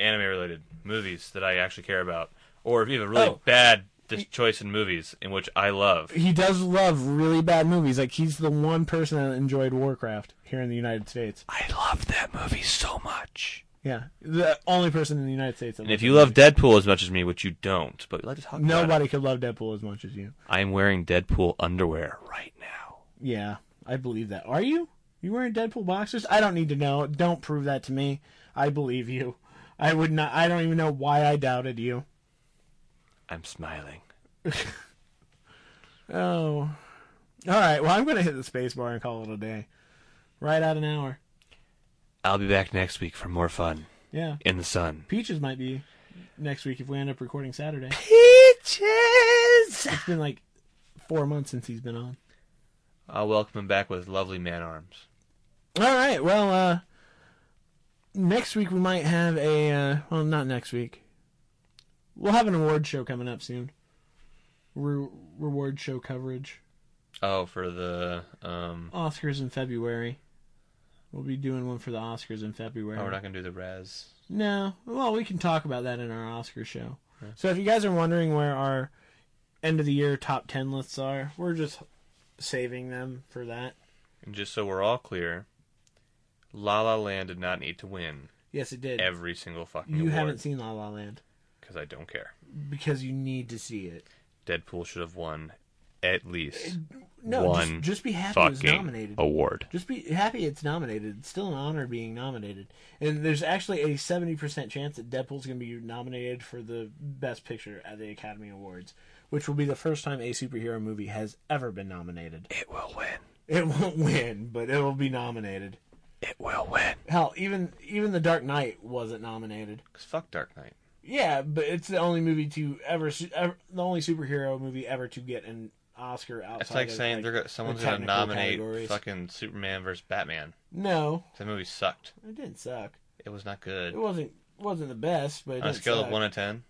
[SPEAKER 5] anime related, movies that I actually care about, or if you have a really
[SPEAKER 2] Oh.
[SPEAKER 5] bad dis- choice in movies in which I love,
[SPEAKER 2] He does love really bad movies. Like he's the one person that enjoyed Warcraft here in the United States.
[SPEAKER 5] I love that movie so much.
[SPEAKER 2] Yeah, the only person in the United States. That
[SPEAKER 5] And if
[SPEAKER 2] loved
[SPEAKER 5] you
[SPEAKER 2] that
[SPEAKER 5] love
[SPEAKER 2] movie.
[SPEAKER 5] Deadpool as much as me, which you don't, but we like to talk about
[SPEAKER 2] nobody could love Deadpool as much as you.
[SPEAKER 5] it, I am wearing Deadpool underwear right now.
[SPEAKER 2] Yeah, I believe that. Are you? You wearing Deadpool boxers? I don't need to know. Don't prove that to me. I believe you. I would not. I don't even know why I doubted you.
[SPEAKER 5] I'm smiling.
[SPEAKER 2] Oh. All right. Well, I'm going to hit the space bar and call it a day. Right at an hour.
[SPEAKER 5] I'll be back next week for more fun
[SPEAKER 2] Yeah.
[SPEAKER 5] in the sun.
[SPEAKER 2] Peaches might be next week if we end up recording Saturday.
[SPEAKER 5] Peaches!
[SPEAKER 2] It's been like four months since he's been on.
[SPEAKER 5] I'll welcome him back with lovely man arms.
[SPEAKER 2] All right. Well, uh, next week we might have a. Uh, well, not next week. We'll have an award show coming up soon. Re- reward show coverage.
[SPEAKER 5] Oh, for the um.
[SPEAKER 2] Oscars in February. We'll be doing one for the Oscars in February.
[SPEAKER 5] Oh, we're not gonna do the Raz.
[SPEAKER 2] No. Well, we can talk about that in our Oscar show. So if you guys are wondering where our end of the year top 10 lists are, we're just saving them for that.
[SPEAKER 5] And just so we're all clear, La La Land did not need to win
[SPEAKER 2] Yes, it did.
[SPEAKER 5] every single fucking
[SPEAKER 2] you
[SPEAKER 5] award.
[SPEAKER 2] haven't seen La La Land
[SPEAKER 5] because I don't care.
[SPEAKER 2] because you need to see it.
[SPEAKER 5] Deadpool should have won at least
[SPEAKER 2] Uh, No,
[SPEAKER 5] one
[SPEAKER 2] just, just be happy it was
[SPEAKER 5] fucking
[SPEAKER 2] nominated.
[SPEAKER 5] award.
[SPEAKER 2] Just be happy it's nominated. It's still an honor being nominated. And there's actually a 70% chance that Deadpool's going to be nominated for the Best Picture at the Academy Awards, which will be the first time a superhero movie has ever been nominated.
[SPEAKER 5] It will win.
[SPEAKER 2] It won't win, but it will be nominated.
[SPEAKER 5] It will win.
[SPEAKER 2] Hell, even even The Dark Knight wasn't nominated.
[SPEAKER 5] Cause fuck Dark Knight.
[SPEAKER 2] Yeah, but it's the only movie to ever, su- ever the only superhero movie ever to get an Oscar outside.
[SPEAKER 5] It's like
[SPEAKER 2] of,
[SPEAKER 5] saying
[SPEAKER 2] like,
[SPEAKER 5] they're gonna, someone's
[SPEAKER 2] the
[SPEAKER 5] gonna
[SPEAKER 2] technical
[SPEAKER 5] nominate
[SPEAKER 2] categories.
[SPEAKER 5] fucking Superman versus Batman.
[SPEAKER 2] No,
[SPEAKER 5] That movie sucked.
[SPEAKER 2] it didn't suck.
[SPEAKER 5] It was not good.
[SPEAKER 2] It wasn't wasn't the best, but it
[SPEAKER 5] On a
[SPEAKER 2] didn't
[SPEAKER 5] scale
[SPEAKER 2] suck.
[SPEAKER 5] of one to ten,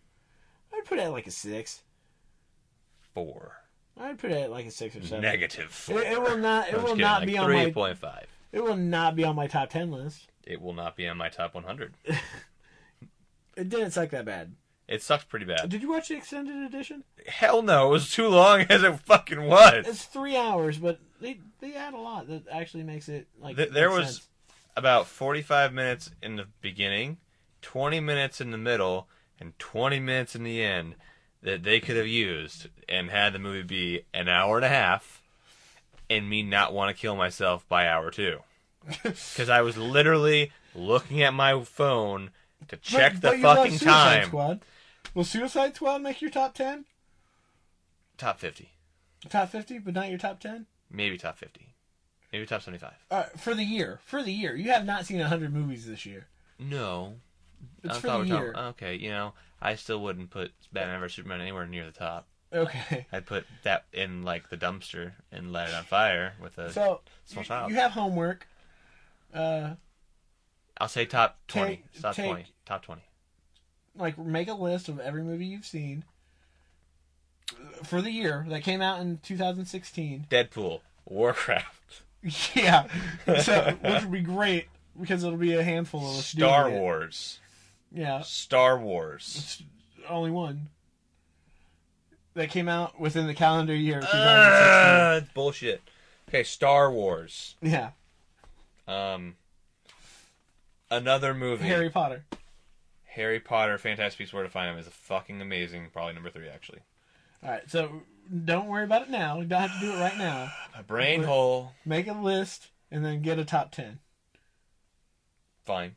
[SPEAKER 2] I'd put it at like a six.
[SPEAKER 5] four.
[SPEAKER 2] I'd put it at like a six or seven.
[SPEAKER 5] Negative four.
[SPEAKER 2] It, it will not. It
[SPEAKER 5] I'm just
[SPEAKER 2] will
[SPEAKER 5] kidding,
[SPEAKER 2] not
[SPEAKER 5] like
[SPEAKER 2] be on my.
[SPEAKER 5] 3.5.
[SPEAKER 2] It will not be on my top ten list.
[SPEAKER 5] It will not be on my top 100.
[SPEAKER 2] It didn't suck that bad.
[SPEAKER 5] It sucked pretty bad.
[SPEAKER 2] Did you watch the extended edition?
[SPEAKER 5] Hell no, it was too long as it fucking was.
[SPEAKER 2] It's three hours, but they they add a lot that actually makes it like.
[SPEAKER 5] Th- there
[SPEAKER 2] make
[SPEAKER 5] was-
[SPEAKER 2] sense.
[SPEAKER 5] About 45 minutes in the beginning, 20 minutes in the middle, and 20 minutes in the end that they could have used and had the movie be an hour and a half and me not want to kill myself by hour two. Because I was literally looking at my phone to check
[SPEAKER 2] But-
[SPEAKER 5] the
[SPEAKER 2] but you love
[SPEAKER 5] fucking
[SPEAKER 2] Suicide
[SPEAKER 5] time.
[SPEAKER 2] Squad. Will Suicide Squad make your top ten,
[SPEAKER 5] Top 50.
[SPEAKER 2] top fifty, but not your top ten?
[SPEAKER 5] Maybe top 50. Maybe top 75.
[SPEAKER 2] Uh, for the year, for the year, you have not seen hundred movies this year.
[SPEAKER 5] No.
[SPEAKER 2] It's
[SPEAKER 5] I
[SPEAKER 2] for
[SPEAKER 5] thought
[SPEAKER 2] the
[SPEAKER 5] we were
[SPEAKER 2] year.
[SPEAKER 5] Talking, okay, you know, I still wouldn't put Batman vs Superman anywhere near the top.
[SPEAKER 2] Okay,
[SPEAKER 5] I'd put that in like the dumpster and light it on fire with a.
[SPEAKER 2] so
[SPEAKER 5] Small
[SPEAKER 2] you-
[SPEAKER 5] child.
[SPEAKER 2] you have homework. Uh,
[SPEAKER 5] I'll say top twenty.
[SPEAKER 2] Take-
[SPEAKER 5] top
[SPEAKER 2] take-
[SPEAKER 5] twenty. Top twenty.
[SPEAKER 2] like make a list of every movie you've seen for the year that came out in 2016.
[SPEAKER 5] Deadpool, Warcraft,
[SPEAKER 2] yeah, so which would be great because it'll be a handful of us.
[SPEAKER 5] Star
[SPEAKER 2] doing it.
[SPEAKER 5] Wars,
[SPEAKER 2] Yeah,
[SPEAKER 5] Star Wars,
[SPEAKER 2] only one. that came out within the calendar year of 2016.
[SPEAKER 5] Ah, it's bullshit. Okay, Star Wars.
[SPEAKER 2] yeah,
[SPEAKER 5] Um, another movie.
[SPEAKER 2] Harry Potter.
[SPEAKER 5] Harry Potter, Fantastic Beasts, Where to Find Them is fucking amazing. Probably number three, actually.
[SPEAKER 2] All right, so don't worry about it now. You don't have to do it right now.
[SPEAKER 5] A brain hole.
[SPEAKER 2] Make a list and then get a top ten.
[SPEAKER 5] Fine.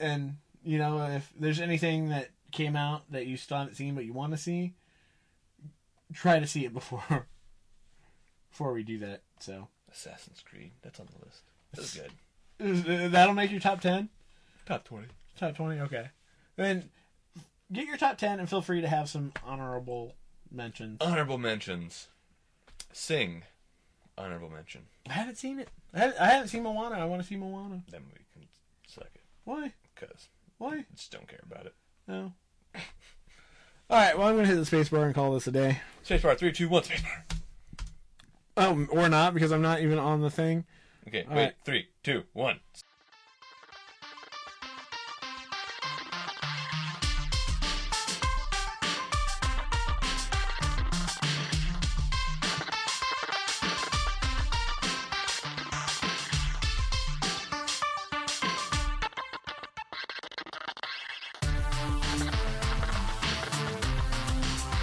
[SPEAKER 2] And you know if there's anything that came out that you still haven't seen but you want to see, try to see it before before we do that. So
[SPEAKER 5] Assassin's Creed. That's on the list. That's good.
[SPEAKER 2] that'll make your top ten.
[SPEAKER 5] Top twenty.
[SPEAKER 2] Top twenty, okay. Then get your top ten and feel free to have some honorable mentions.
[SPEAKER 5] Honorable mentions. Sing. Honorable mention.
[SPEAKER 2] I haven't seen it. I haven't, I haven't seen Moana. I want to see Moana.
[SPEAKER 5] That movie can suck it
[SPEAKER 2] Why?
[SPEAKER 5] because
[SPEAKER 2] Why?
[SPEAKER 5] I just don't care about it.
[SPEAKER 2] No. All right. Well, I'm gonna hit the space bar and call this a day.
[SPEAKER 5] Spacebar three, two, one. Spacebar.
[SPEAKER 2] Oh, or not because I'm not even on the thing.
[SPEAKER 5] Okay,
[SPEAKER 2] All
[SPEAKER 5] wait.
[SPEAKER 2] right.
[SPEAKER 5] Three, two, one.